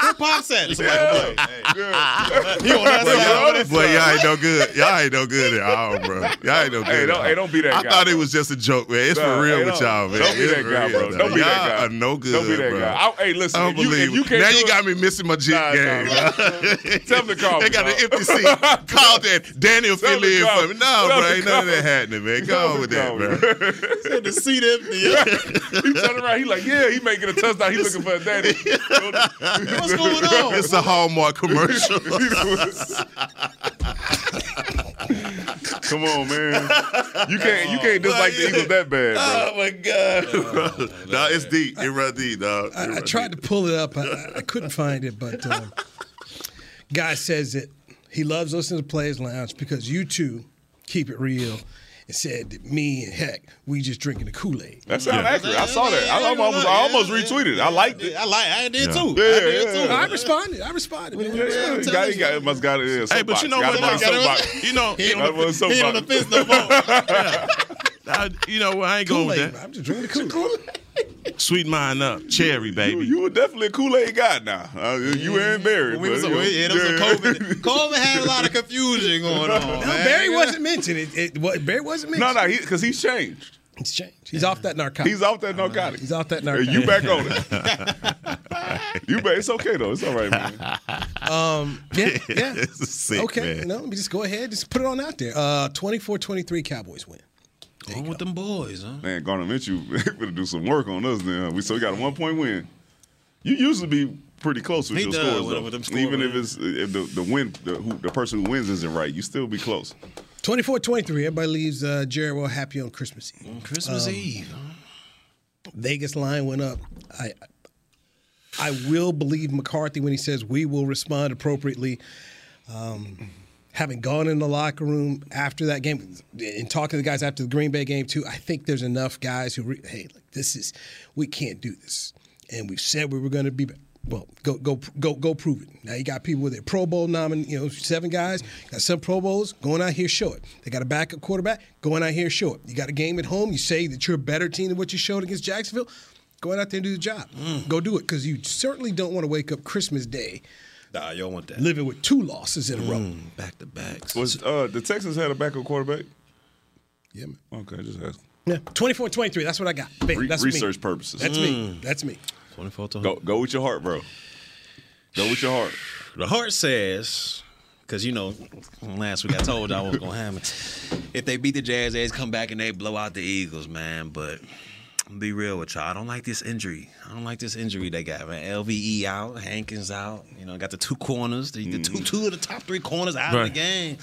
[SPEAKER 6] Who pops at? It's
[SPEAKER 5] Yeah.
[SPEAKER 6] like, hey,
[SPEAKER 5] Yeah.
[SPEAKER 6] He on that
[SPEAKER 8] Boy,
[SPEAKER 6] side.
[SPEAKER 8] y'all, boy, y'all ain't no good. Y'all ain't no good at all, bro. Y'all ain't no good.
[SPEAKER 5] Hey,
[SPEAKER 8] at
[SPEAKER 5] don't-
[SPEAKER 8] all.
[SPEAKER 5] hey, don't be that
[SPEAKER 8] I
[SPEAKER 5] guy,
[SPEAKER 8] thought it
[SPEAKER 5] bro.
[SPEAKER 8] was just a joke, man. It's
[SPEAKER 5] Nah,
[SPEAKER 8] for real
[SPEAKER 5] hey,
[SPEAKER 8] with
[SPEAKER 5] don't-
[SPEAKER 8] y'all, man.
[SPEAKER 5] don't be
[SPEAKER 8] It's
[SPEAKER 5] that
[SPEAKER 8] for
[SPEAKER 5] guy,
[SPEAKER 8] real,
[SPEAKER 5] bro.
[SPEAKER 8] though.
[SPEAKER 5] Don't be
[SPEAKER 8] y'all
[SPEAKER 5] that guy.
[SPEAKER 8] are no good,
[SPEAKER 5] Don't be that
[SPEAKER 8] bro.
[SPEAKER 5] guy. I- hey, listen,
[SPEAKER 8] I don't
[SPEAKER 5] if you- if
[SPEAKER 8] believe
[SPEAKER 5] you
[SPEAKER 8] it.
[SPEAKER 5] can't
[SPEAKER 8] Now
[SPEAKER 5] do
[SPEAKER 8] you
[SPEAKER 5] it-
[SPEAKER 8] got me missing my jit
[SPEAKER 5] Nah,
[SPEAKER 8] game.
[SPEAKER 5] nah, Tell him to call
[SPEAKER 8] They
[SPEAKER 5] me,
[SPEAKER 8] got an
[SPEAKER 5] dog.
[SPEAKER 8] empty seat. Call that Daniel
[SPEAKER 5] Tell him
[SPEAKER 8] fill
[SPEAKER 5] to
[SPEAKER 8] in
[SPEAKER 5] call
[SPEAKER 8] for me.
[SPEAKER 5] me.
[SPEAKER 8] No,
[SPEAKER 5] Tell him
[SPEAKER 8] bro,
[SPEAKER 5] to
[SPEAKER 8] ain't none of
[SPEAKER 5] call
[SPEAKER 8] that happening,
[SPEAKER 5] Tell
[SPEAKER 8] man. Go
[SPEAKER 5] him
[SPEAKER 8] on with
[SPEAKER 5] to
[SPEAKER 8] that,
[SPEAKER 5] call
[SPEAKER 8] bro.
[SPEAKER 5] me.
[SPEAKER 6] Said the seat empty.
[SPEAKER 5] he turned around. He like, yeah, he making a touchdown. He looking for a daddy.
[SPEAKER 6] What's going on?
[SPEAKER 8] It's a Hallmark commercial.
[SPEAKER 5] Come on, man. You can't you can't dislike the Eagles that bad, bro.
[SPEAKER 8] oh my god, bro. Nah, it's deep. It run deep, dog.
[SPEAKER 4] I, I tried to pull it up. I- I, I couldn't find it, but uh, guy says that he loves listening to Players Lounge because you two keep it real. And said that me and Heck, we just drinking the Kool Aid.
[SPEAKER 5] That sounds accurate. I saw that. I almost, I almost retweeted. it. I liked it.
[SPEAKER 6] I like. I did
[SPEAKER 5] Yeah.
[SPEAKER 6] too. I
[SPEAKER 5] Yeah,
[SPEAKER 6] did
[SPEAKER 5] yeah,
[SPEAKER 6] too.
[SPEAKER 5] yeah.
[SPEAKER 4] I responded. I responded. man.
[SPEAKER 5] Yeah, yeah, he got, he got, it must got it. Yeah,
[SPEAKER 8] Hey, but you know
[SPEAKER 5] soapbox.
[SPEAKER 8] what?
[SPEAKER 5] Got it on
[SPEAKER 8] though?
[SPEAKER 5] soapbox.
[SPEAKER 8] You know,
[SPEAKER 5] Got it on
[SPEAKER 6] He ain't on
[SPEAKER 5] soapbox.
[SPEAKER 6] the fence no more.
[SPEAKER 8] I, you know, I ain't going with
[SPEAKER 4] Kool-Aid.
[SPEAKER 8] that.
[SPEAKER 4] I'm just drinking the Kool Aid.
[SPEAKER 8] Sweet mine up, cherry baby.
[SPEAKER 5] You were definitely a Kool Aid guy now. Uh, you and Barry.
[SPEAKER 6] We was,
[SPEAKER 5] but,
[SPEAKER 6] yeah,
[SPEAKER 5] you know,
[SPEAKER 6] that was a COVID. COVID had a lot of confusion going on.
[SPEAKER 4] No,
[SPEAKER 6] man.
[SPEAKER 4] Barry wasn't mentioned. It, it, wa- Barry wasn't
[SPEAKER 5] No,
[SPEAKER 4] mentioned.
[SPEAKER 5] no, because he's changed.
[SPEAKER 4] He's changed. He's off that narcotic.
[SPEAKER 5] He's off that narcotic.
[SPEAKER 4] He's off that
[SPEAKER 5] And
[SPEAKER 4] narcotic.
[SPEAKER 5] You back on it. you back. It's okay though. It's all right, man.
[SPEAKER 4] Um, yeah, yeah.
[SPEAKER 8] This is sick,
[SPEAKER 4] okay,
[SPEAKER 8] man.
[SPEAKER 4] no, let me just go ahead. Just put it on out there. Uh, 24-23 Cowboys win.
[SPEAKER 6] Going with them boys, huh?
[SPEAKER 5] Man, Garner Mitchell better do some work on us then. huh? We so we got a one point win. You usually be pretty close with
[SPEAKER 6] He
[SPEAKER 5] your
[SPEAKER 6] does
[SPEAKER 5] scores
[SPEAKER 6] with-
[SPEAKER 5] though.
[SPEAKER 6] with them score,
[SPEAKER 5] Even if
[SPEAKER 6] man.
[SPEAKER 5] it's if the the win the, who, the person who wins isn't right, you still be close.
[SPEAKER 4] 24-23. Everybody leaves uh, Jerry World happy on Christmas Eve.
[SPEAKER 6] Christmas
[SPEAKER 4] Um,
[SPEAKER 6] Eve.
[SPEAKER 4] Vegas line went up. I I will believe McCarthy when he says we will respond appropriately. Um, having gone in the locker room after that game and talking to the guys after the Green Bay game too, I think there's enough guys who re- hey, like this is we can't do this, and we said we were going to be. Well, go go go go prove it. Now you got people with their Pro Bowl nomin, you know, seven guys. Got some Pro Bowls going out here, show it. They got a backup quarterback going out here, show it. You got a game at home. You say that you're a better team than what you showed against Jacksonville. Go out there and do the job. Go do it because you certainly don't want to wake up Christmas Day
[SPEAKER 6] Nah, y'all want that.
[SPEAKER 4] living with two losses in a row.
[SPEAKER 6] Back to back.
[SPEAKER 5] Was uh, the Texans had a backup quarterback?
[SPEAKER 4] Yeah, man.
[SPEAKER 5] Okay, just ask.
[SPEAKER 4] Yeah, 24 23. That's what I got. Bam,
[SPEAKER 5] Re-
[SPEAKER 4] that's
[SPEAKER 5] research
[SPEAKER 4] me.
[SPEAKER 5] purposes.
[SPEAKER 4] That's me.
[SPEAKER 8] Mm.
[SPEAKER 4] That's me.
[SPEAKER 6] 24
[SPEAKER 5] Go go with your heart, bro. Go with your heart.
[SPEAKER 6] The heart says, because you know, last week I told y'all what was gonna happen. If they beat the Jazz, they come back and they blow out the Eagles, man. But I'm be real with y'all. I don't like this injury. I don't like this injury they got, man. LVE out, Hankins out. You know, got the two corners, the, the two two of the top three corners out of
[SPEAKER 7] Right.
[SPEAKER 6] the game.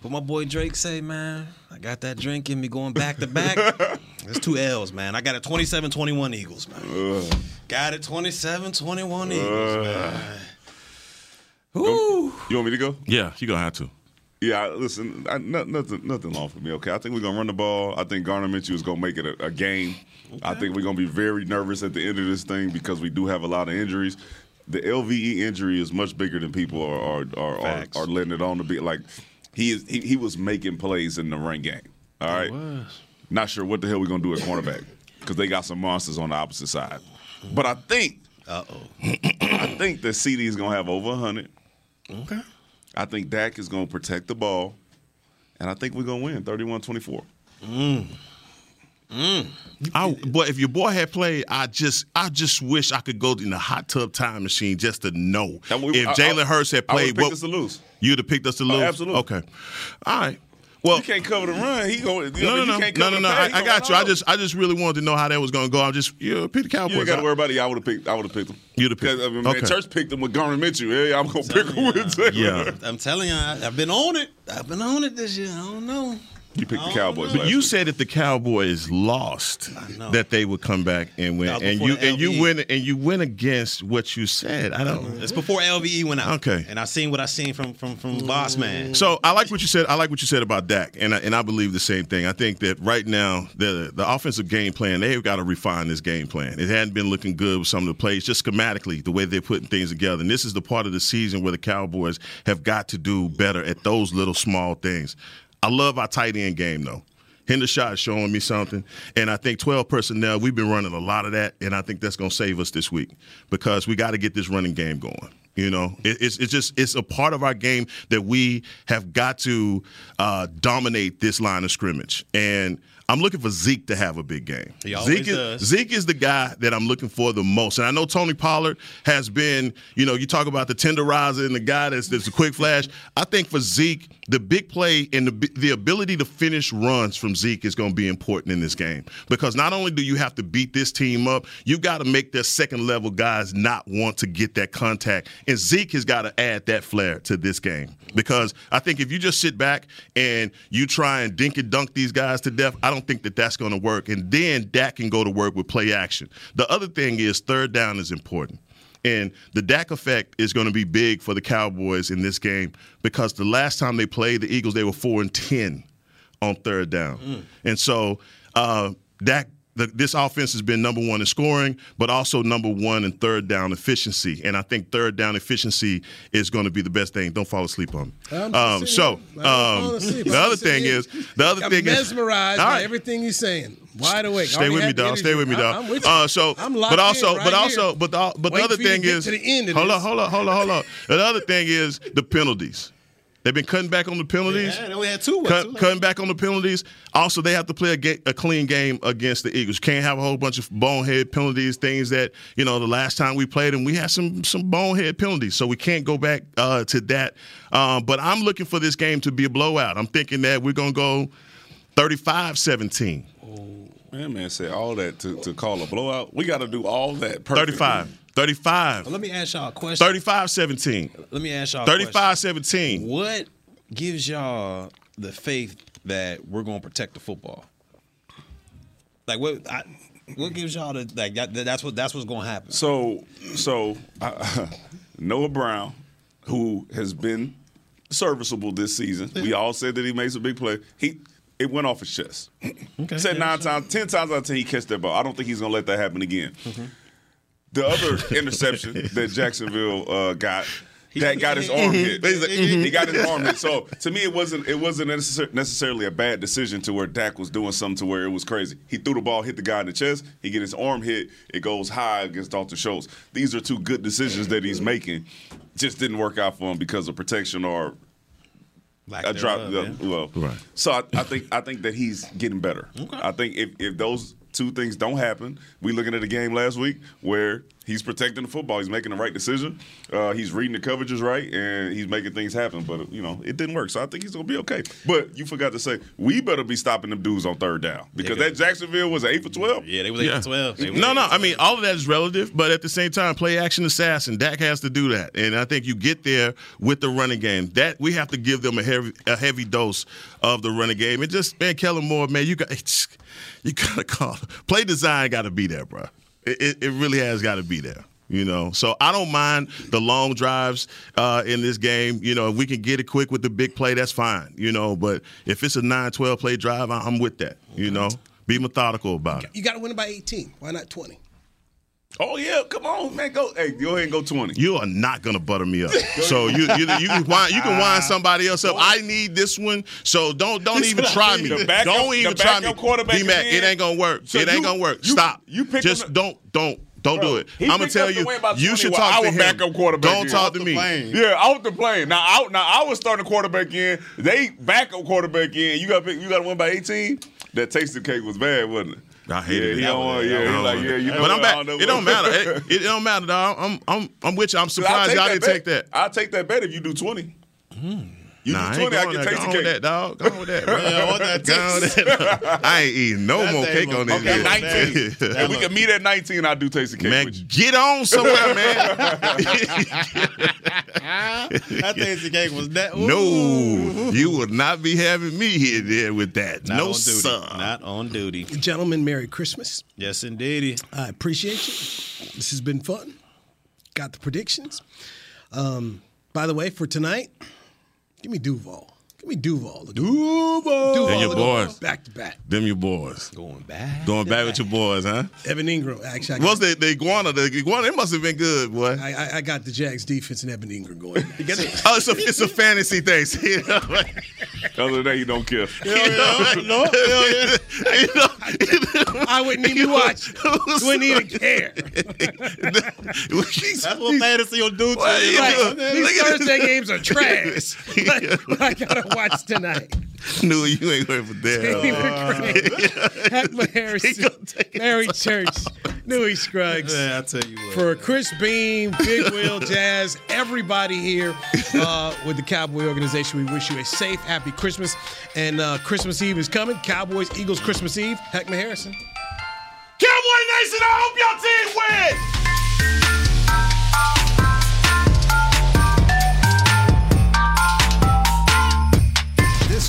[SPEAKER 6] But my boy Drake say, man, I got that drink in me going back to back. There's two L's, man. I got a 27-21 Eagles, man. Got it 27-21 Eagles, man.
[SPEAKER 5] You want me to go?
[SPEAKER 8] Yeah, you gonna have to.
[SPEAKER 5] Yeah, I- listen, I, no- nothing, nothing long for me. Okay, I think we're gonna run the ball. I think Garner Minshew is gonna make it a, a game. I think we're gonna be very nervous at the end of this thing because we do have a lot of injuries. The LVE injury is much bigger than people are are are, are,
[SPEAKER 6] Facts.
[SPEAKER 5] are letting it on to be. Like he is, he, he was making plays in the run game. All right, not sure what the hell we're gonna do at cornerback because they got some monsters on the opposite side. But I think,
[SPEAKER 6] uh oh,
[SPEAKER 5] I think that CD is gonna have over 100.
[SPEAKER 6] Okay.
[SPEAKER 5] I think Dak is going to protect the ball, and I think we're going to win 31 24.
[SPEAKER 8] I, but if your boy had played, I just I just wish I could go in the hot tub time machine just to know if Jalen Hurts had
[SPEAKER 5] I
[SPEAKER 8] played.
[SPEAKER 5] would've picked us to lose.
[SPEAKER 8] You'd have picked us to
[SPEAKER 5] Oh,
[SPEAKER 8] lose.
[SPEAKER 5] absolutely.
[SPEAKER 8] Okay. All right. Well,
[SPEAKER 5] you can't cover the run. He going to
[SPEAKER 8] no, no, no, no, no, no. I, I got you. I just I just really wanted to know how that was going to go. I just you know, pick the
[SPEAKER 5] You ain't
[SPEAKER 8] Cowboys.
[SPEAKER 5] got to worry about it. I would have picked. I would have picked him.
[SPEAKER 8] You'd have
[SPEAKER 5] picked. I mean, man,
[SPEAKER 8] Okay.
[SPEAKER 5] Church picked him with Garner Mitchell. Hey, I'm gonna pick him with Taylor.
[SPEAKER 8] Yeah.
[SPEAKER 6] I'm telling you, I, I've been on it. I've been on it this year. I don't know.
[SPEAKER 5] You picked the Cowboys.
[SPEAKER 8] But you said if the Cowboys lost,
[SPEAKER 6] know.
[SPEAKER 8] that they would come back and win,
[SPEAKER 6] That was
[SPEAKER 8] and
[SPEAKER 6] before
[SPEAKER 8] you
[SPEAKER 6] the
[SPEAKER 8] and you
[SPEAKER 6] LVE.
[SPEAKER 8] win and you win against what you said. I don't.
[SPEAKER 6] It's before LVE went out.
[SPEAKER 8] Okay.
[SPEAKER 6] And I seen what I seen from from from Boss Man.
[SPEAKER 8] So I like what you said. I like what you said about Dak, and I, and I believe the same thing. I think that right now the the offensive game plan they've got to refine this game plan. It hadn't been looking good with some of the plays, just schematically the way they're putting things together. And this is the part of the season where the Cowboys have got to do better at those little small things. I love our tight end game though. Hendershot is showing me something. And I think 12 personnel, we've been running a lot of that. And I think that's going to save us this week because we got to get this running game going. You know, It- it's, it's just, it's a part of our game that we have got to uh, dominate this line of scrimmage. And I'm looking for Zeke to have a big game.
[SPEAKER 6] He always
[SPEAKER 8] Zeke is,
[SPEAKER 6] does.
[SPEAKER 8] Zeke is the guy that I'm looking for the most. And I know Tony Pollard has been, you know, you talk about the tenderizer and the guy that's, that's a quick flash. I think for Zeke, the big play and the, the ability to finish runs from Zeke is going to be important in this game because not only do you have to beat this team up, you got to make their second level guys not want to get that contact. And Zeke has got to add that flair to this game because I think if you just sit back and you try and dink and dunk these guys to death, I don't think that that's going to work. And then Dak can go to work with play action. The other thing is third down is important. And the Dak effect is going to be big for the Cowboys in this game because the last time they played the Eagles, they were 4 and 10 on third down. Mm. And so uh, that the, this offense has been number one in scoring, but also number one in third down efficiency. And I think third down efficiency is going to be the best thing. Don't fall asleep on me.
[SPEAKER 4] I'm
[SPEAKER 8] Um,
[SPEAKER 4] just
[SPEAKER 8] so
[SPEAKER 4] saying. I'm
[SPEAKER 8] um,
[SPEAKER 4] falling asleep.
[SPEAKER 8] the
[SPEAKER 4] I'm
[SPEAKER 8] other
[SPEAKER 4] just
[SPEAKER 8] thing
[SPEAKER 4] saying.
[SPEAKER 8] is the other
[SPEAKER 4] I'm
[SPEAKER 8] thing is
[SPEAKER 4] mesmerized
[SPEAKER 8] All
[SPEAKER 4] by
[SPEAKER 8] right.
[SPEAKER 4] everything he's saying. Wide awake.
[SPEAKER 8] Stay
[SPEAKER 4] Already
[SPEAKER 8] with me,
[SPEAKER 4] had the
[SPEAKER 8] dog.
[SPEAKER 4] energy.
[SPEAKER 8] Stay with me,
[SPEAKER 4] I-
[SPEAKER 8] dog.
[SPEAKER 4] I'm with you.
[SPEAKER 8] Uh, so,
[SPEAKER 4] I'm locked
[SPEAKER 8] but also,
[SPEAKER 4] in right
[SPEAKER 8] but also,
[SPEAKER 4] here.
[SPEAKER 8] but the, but the
[SPEAKER 4] Wait
[SPEAKER 8] other
[SPEAKER 4] for you
[SPEAKER 8] thing
[SPEAKER 4] to get
[SPEAKER 8] is,
[SPEAKER 4] to the end of
[SPEAKER 8] hold
[SPEAKER 4] this.
[SPEAKER 8] on, hold on, hold on, hold on. The other thing is the penalties. They've been cutting back on the penalties.
[SPEAKER 6] Yeah, they only had two, what,
[SPEAKER 8] Cut-
[SPEAKER 6] two left?
[SPEAKER 8] cutting back on the penalties. Also, they have to play a, ga- a clean game against the Eagles. Can't have a whole bunch of bonehead penalties. Things that you know, the last time we played them, we had some some bonehead penalties. So we can't go back uh, to that. Um, but I'm looking for this game to be a blowout. I'm thinking that we're gonna go 35-17.
[SPEAKER 5] Man, man said all that to, to call a blowout. We got to do all that. Perfect.
[SPEAKER 8] 35. 35.
[SPEAKER 6] Let me ask y'all a question.
[SPEAKER 8] 35 17.
[SPEAKER 6] Let me ask y'all. a question.
[SPEAKER 8] 35 17.
[SPEAKER 6] What gives y'all the faith that we're going to protect the football? Like what? I, what gives y'all the like? That, that's what that's what's going to happen.
[SPEAKER 5] So, so uh, Noah Brown, who has been serviceable this season. We all said that he made some big play. He it went off his chest. said nine times, ten times out of ten he catch that ball. I don't think he's gonna let that happen again. The other interception that Jacksonville uh, got. That got his arm hit.
[SPEAKER 8] Mhm. He's like,
[SPEAKER 5] He got his arm hit. So to me, it wasn't it wasn't necessar- necessarily a bad decision to where Dak was doing something to where it was crazy. He threw the ball, hit the guy in the chest. He get his arm hit. It goes high against Dalton Schultz. These are two good decisions that he's making. Just didn't work out for him because of protection or I dropped
[SPEAKER 6] thereof,
[SPEAKER 5] the well.
[SPEAKER 8] Right.
[SPEAKER 5] So I, I think I think that he's getting better. I think if, if those two things don't happen, we looking at a game last week where he's protecting the football, he's making the right decision, uh, he's reading the coverages right, and he's making things happen. But you know it didn't work, so I think he's gonna be okay. But you forgot to say we better be stopping them dudes on third down because that Jacksonville was eight for twelve.
[SPEAKER 6] Yeah, they was eight for twelve. They was
[SPEAKER 8] No, no. I mean, all of that is relative, but at the same time, play action assassin. Dak has to do that, and I think you get there with the running game. That we have to give them a heavy, a heavy dose of the running game. And just man, Kellen Moore, man, you got, you gotta call play design. Got to be there, bro. It, it, it really has got to be there. You know, so I don't mind the long drives uh, in this game. You know, if we can get it quick with the big play, that's fine. You know, but if it's a 9 12 play drive, I- I'm with that. You know, be methodical about it.
[SPEAKER 4] You got to win it by 18. Why not 20?
[SPEAKER 5] Oh yeah, come on, man, go. Hey, go ahead and go twenty.
[SPEAKER 8] You are not gonna butter me up. so you you, you can wind, you can wind somebody else up. I need this one. So don't don't
[SPEAKER 5] He
[SPEAKER 8] even
[SPEAKER 5] said, I
[SPEAKER 8] try me.
[SPEAKER 5] need the backup-
[SPEAKER 8] don't even
[SPEAKER 5] the
[SPEAKER 8] try me.
[SPEAKER 5] backup quarterback
[SPEAKER 8] D-Mac,
[SPEAKER 5] again.
[SPEAKER 8] it ain't gonna work.
[SPEAKER 5] So
[SPEAKER 8] it ain't
[SPEAKER 5] you-
[SPEAKER 8] gonna work.
[SPEAKER 5] you-
[SPEAKER 8] Stop.
[SPEAKER 5] you pick
[SPEAKER 8] Just
[SPEAKER 5] him-
[SPEAKER 8] don't don't don't do it.
[SPEAKER 5] He
[SPEAKER 8] I'm gonna
[SPEAKER 5] picked
[SPEAKER 8] tell
[SPEAKER 5] up the
[SPEAKER 8] you.
[SPEAKER 5] win by
[SPEAKER 8] You
[SPEAKER 5] 20
[SPEAKER 8] should
[SPEAKER 5] with
[SPEAKER 8] talk
[SPEAKER 5] our
[SPEAKER 8] to him.
[SPEAKER 5] backup quarterback.
[SPEAKER 8] Don't
[SPEAKER 5] in.
[SPEAKER 8] talk to me.
[SPEAKER 5] Yeah, out the plane. Now, out. Now, I was starting quarterback in. They backup quarterback in. You got you got to win by eighteen. That tasting cake was bad, wasn't it?
[SPEAKER 8] I hated
[SPEAKER 5] yeah,
[SPEAKER 8] it.
[SPEAKER 5] He don't want, yeah, he like, yeah, you know
[SPEAKER 8] but I'm
[SPEAKER 5] what, I
[SPEAKER 8] back.
[SPEAKER 5] know
[SPEAKER 8] It
[SPEAKER 5] what-
[SPEAKER 8] don't matter. It, it don't matter. Dog. I'm I'm I'm with you. I'm
[SPEAKER 5] I'll
[SPEAKER 8] surprised y'all didn't
[SPEAKER 5] bet.
[SPEAKER 8] take that.
[SPEAKER 5] I'll take that bet if you do twenty. You
[SPEAKER 8] Nah,
[SPEAKER 5] do
[SPEAKER 8] I ain't
[SPEAKER 5] twenty, I
[SPEAKER 8] going
[SPEAKER 5] get
[SPEAKER 8] there.
[SPEAKER 5] tasting
[SPEAKER 8] Go on
[SPEAKER 5] cake.
[SPEAKER 8] that, dog. Go on with that, bro.
[SPEAKER 5] I want that
[SPEAKER 8] Go on
[SPEAKER 5] taste.
[SPEAKER 8] that. I ain't eating no
[SPEAKER 5] That
[SPEAKER 8] more
[SPEAKER 5] thing
[SPEAKER 8] cake
[SPEAKER 5] look-
[SPEAKER 8] on this.
[SPEAKER 5] Okay,
[SPEAKER 8] bitch.
[SPEAKER 5] 19. If we can meet at 19, I do taste the cake.
[SPEAKER 8] Man, get on somewhere, man.
[SPEAKER 5] that tasting cake was that.
[SPEAKER 8] No, you will not be having me here there with that.
[SPEAKER 6] Not
[SPEAKER 8] no,
[SPEAKER 6] on duty.
[SPEAKER 8] sir.
[SPEAKER 6] Not on duty.
[SPEAKER 4] Gentlemen, Merry Christmas.
[SPEAKER 6] Yes, indeedy.
[SPEAKER 4] I appreciate you. This has been fun. Got the predictions. Um, by the way, for tonight, give me Duval. Give me Duval. Duval.
[SPEAKER 8] Them your boys.
[SPEAKER 4] Back to back.
[SPEAKER 8] Them your boys. Going
[SPEAKER 6] back.
[SPEAKER 8] Going back with your boys, huh?
[SPEAKER 4] Evan Ingram. Actually, I got,
[SPEAKER 8] What's the, the iguana? The iguana, it must have been good, boy.
[SPEAKER 4] I, I, I got the Jags defense and Evan Ingram going.
[SPEAKER 8] Oh, it's a, it's a fantasy thing. See, you know, like,
[SPEAKER 5] Other than that, you don't care.
[SPEAKER 8] no,
[SPEAKER 4] I wouldn't even watch. it. Wouldn't even care.
[SPEAKER 8] That's
[SPEAKER 6] what fantasy will do to
[SPEAKER 8] Well,
[SPEAKER 6] you.
[SPEAKER 8] you
[SPEAKER 6] Like,
[SPEAKER 8] know,
[SPEAKER 4] These
[SPEAKER 8] look at
[SPEAKER 4] Thursday
[SPEAKER 8] this.
[SPEAKER 4] games are trash. But, but I gotta watch tonight.
[SPEAKER 8] no, you ain't going for
[SPEAKER 4] David
[SPEAKER 8] that.
[SPEAKER 4] Craig, Heckma Harrison, Mary Church, Newey Scruggs.
[SPEAKER 6] Yeah, I tell you what.
[SPEAKER 4] For Chris Beam, Big Will, Jazz, everybody here uh, with the Cowboy organization, we wish you a safe, happy Christmas. And uh, Christmas Eve is coming. Cowboys, Eagles, Christmas Eve. Heckma Harrison.
[SPEAKER 5] Cowboy Nation, I hope your team wins.
[SPEAKER 1] This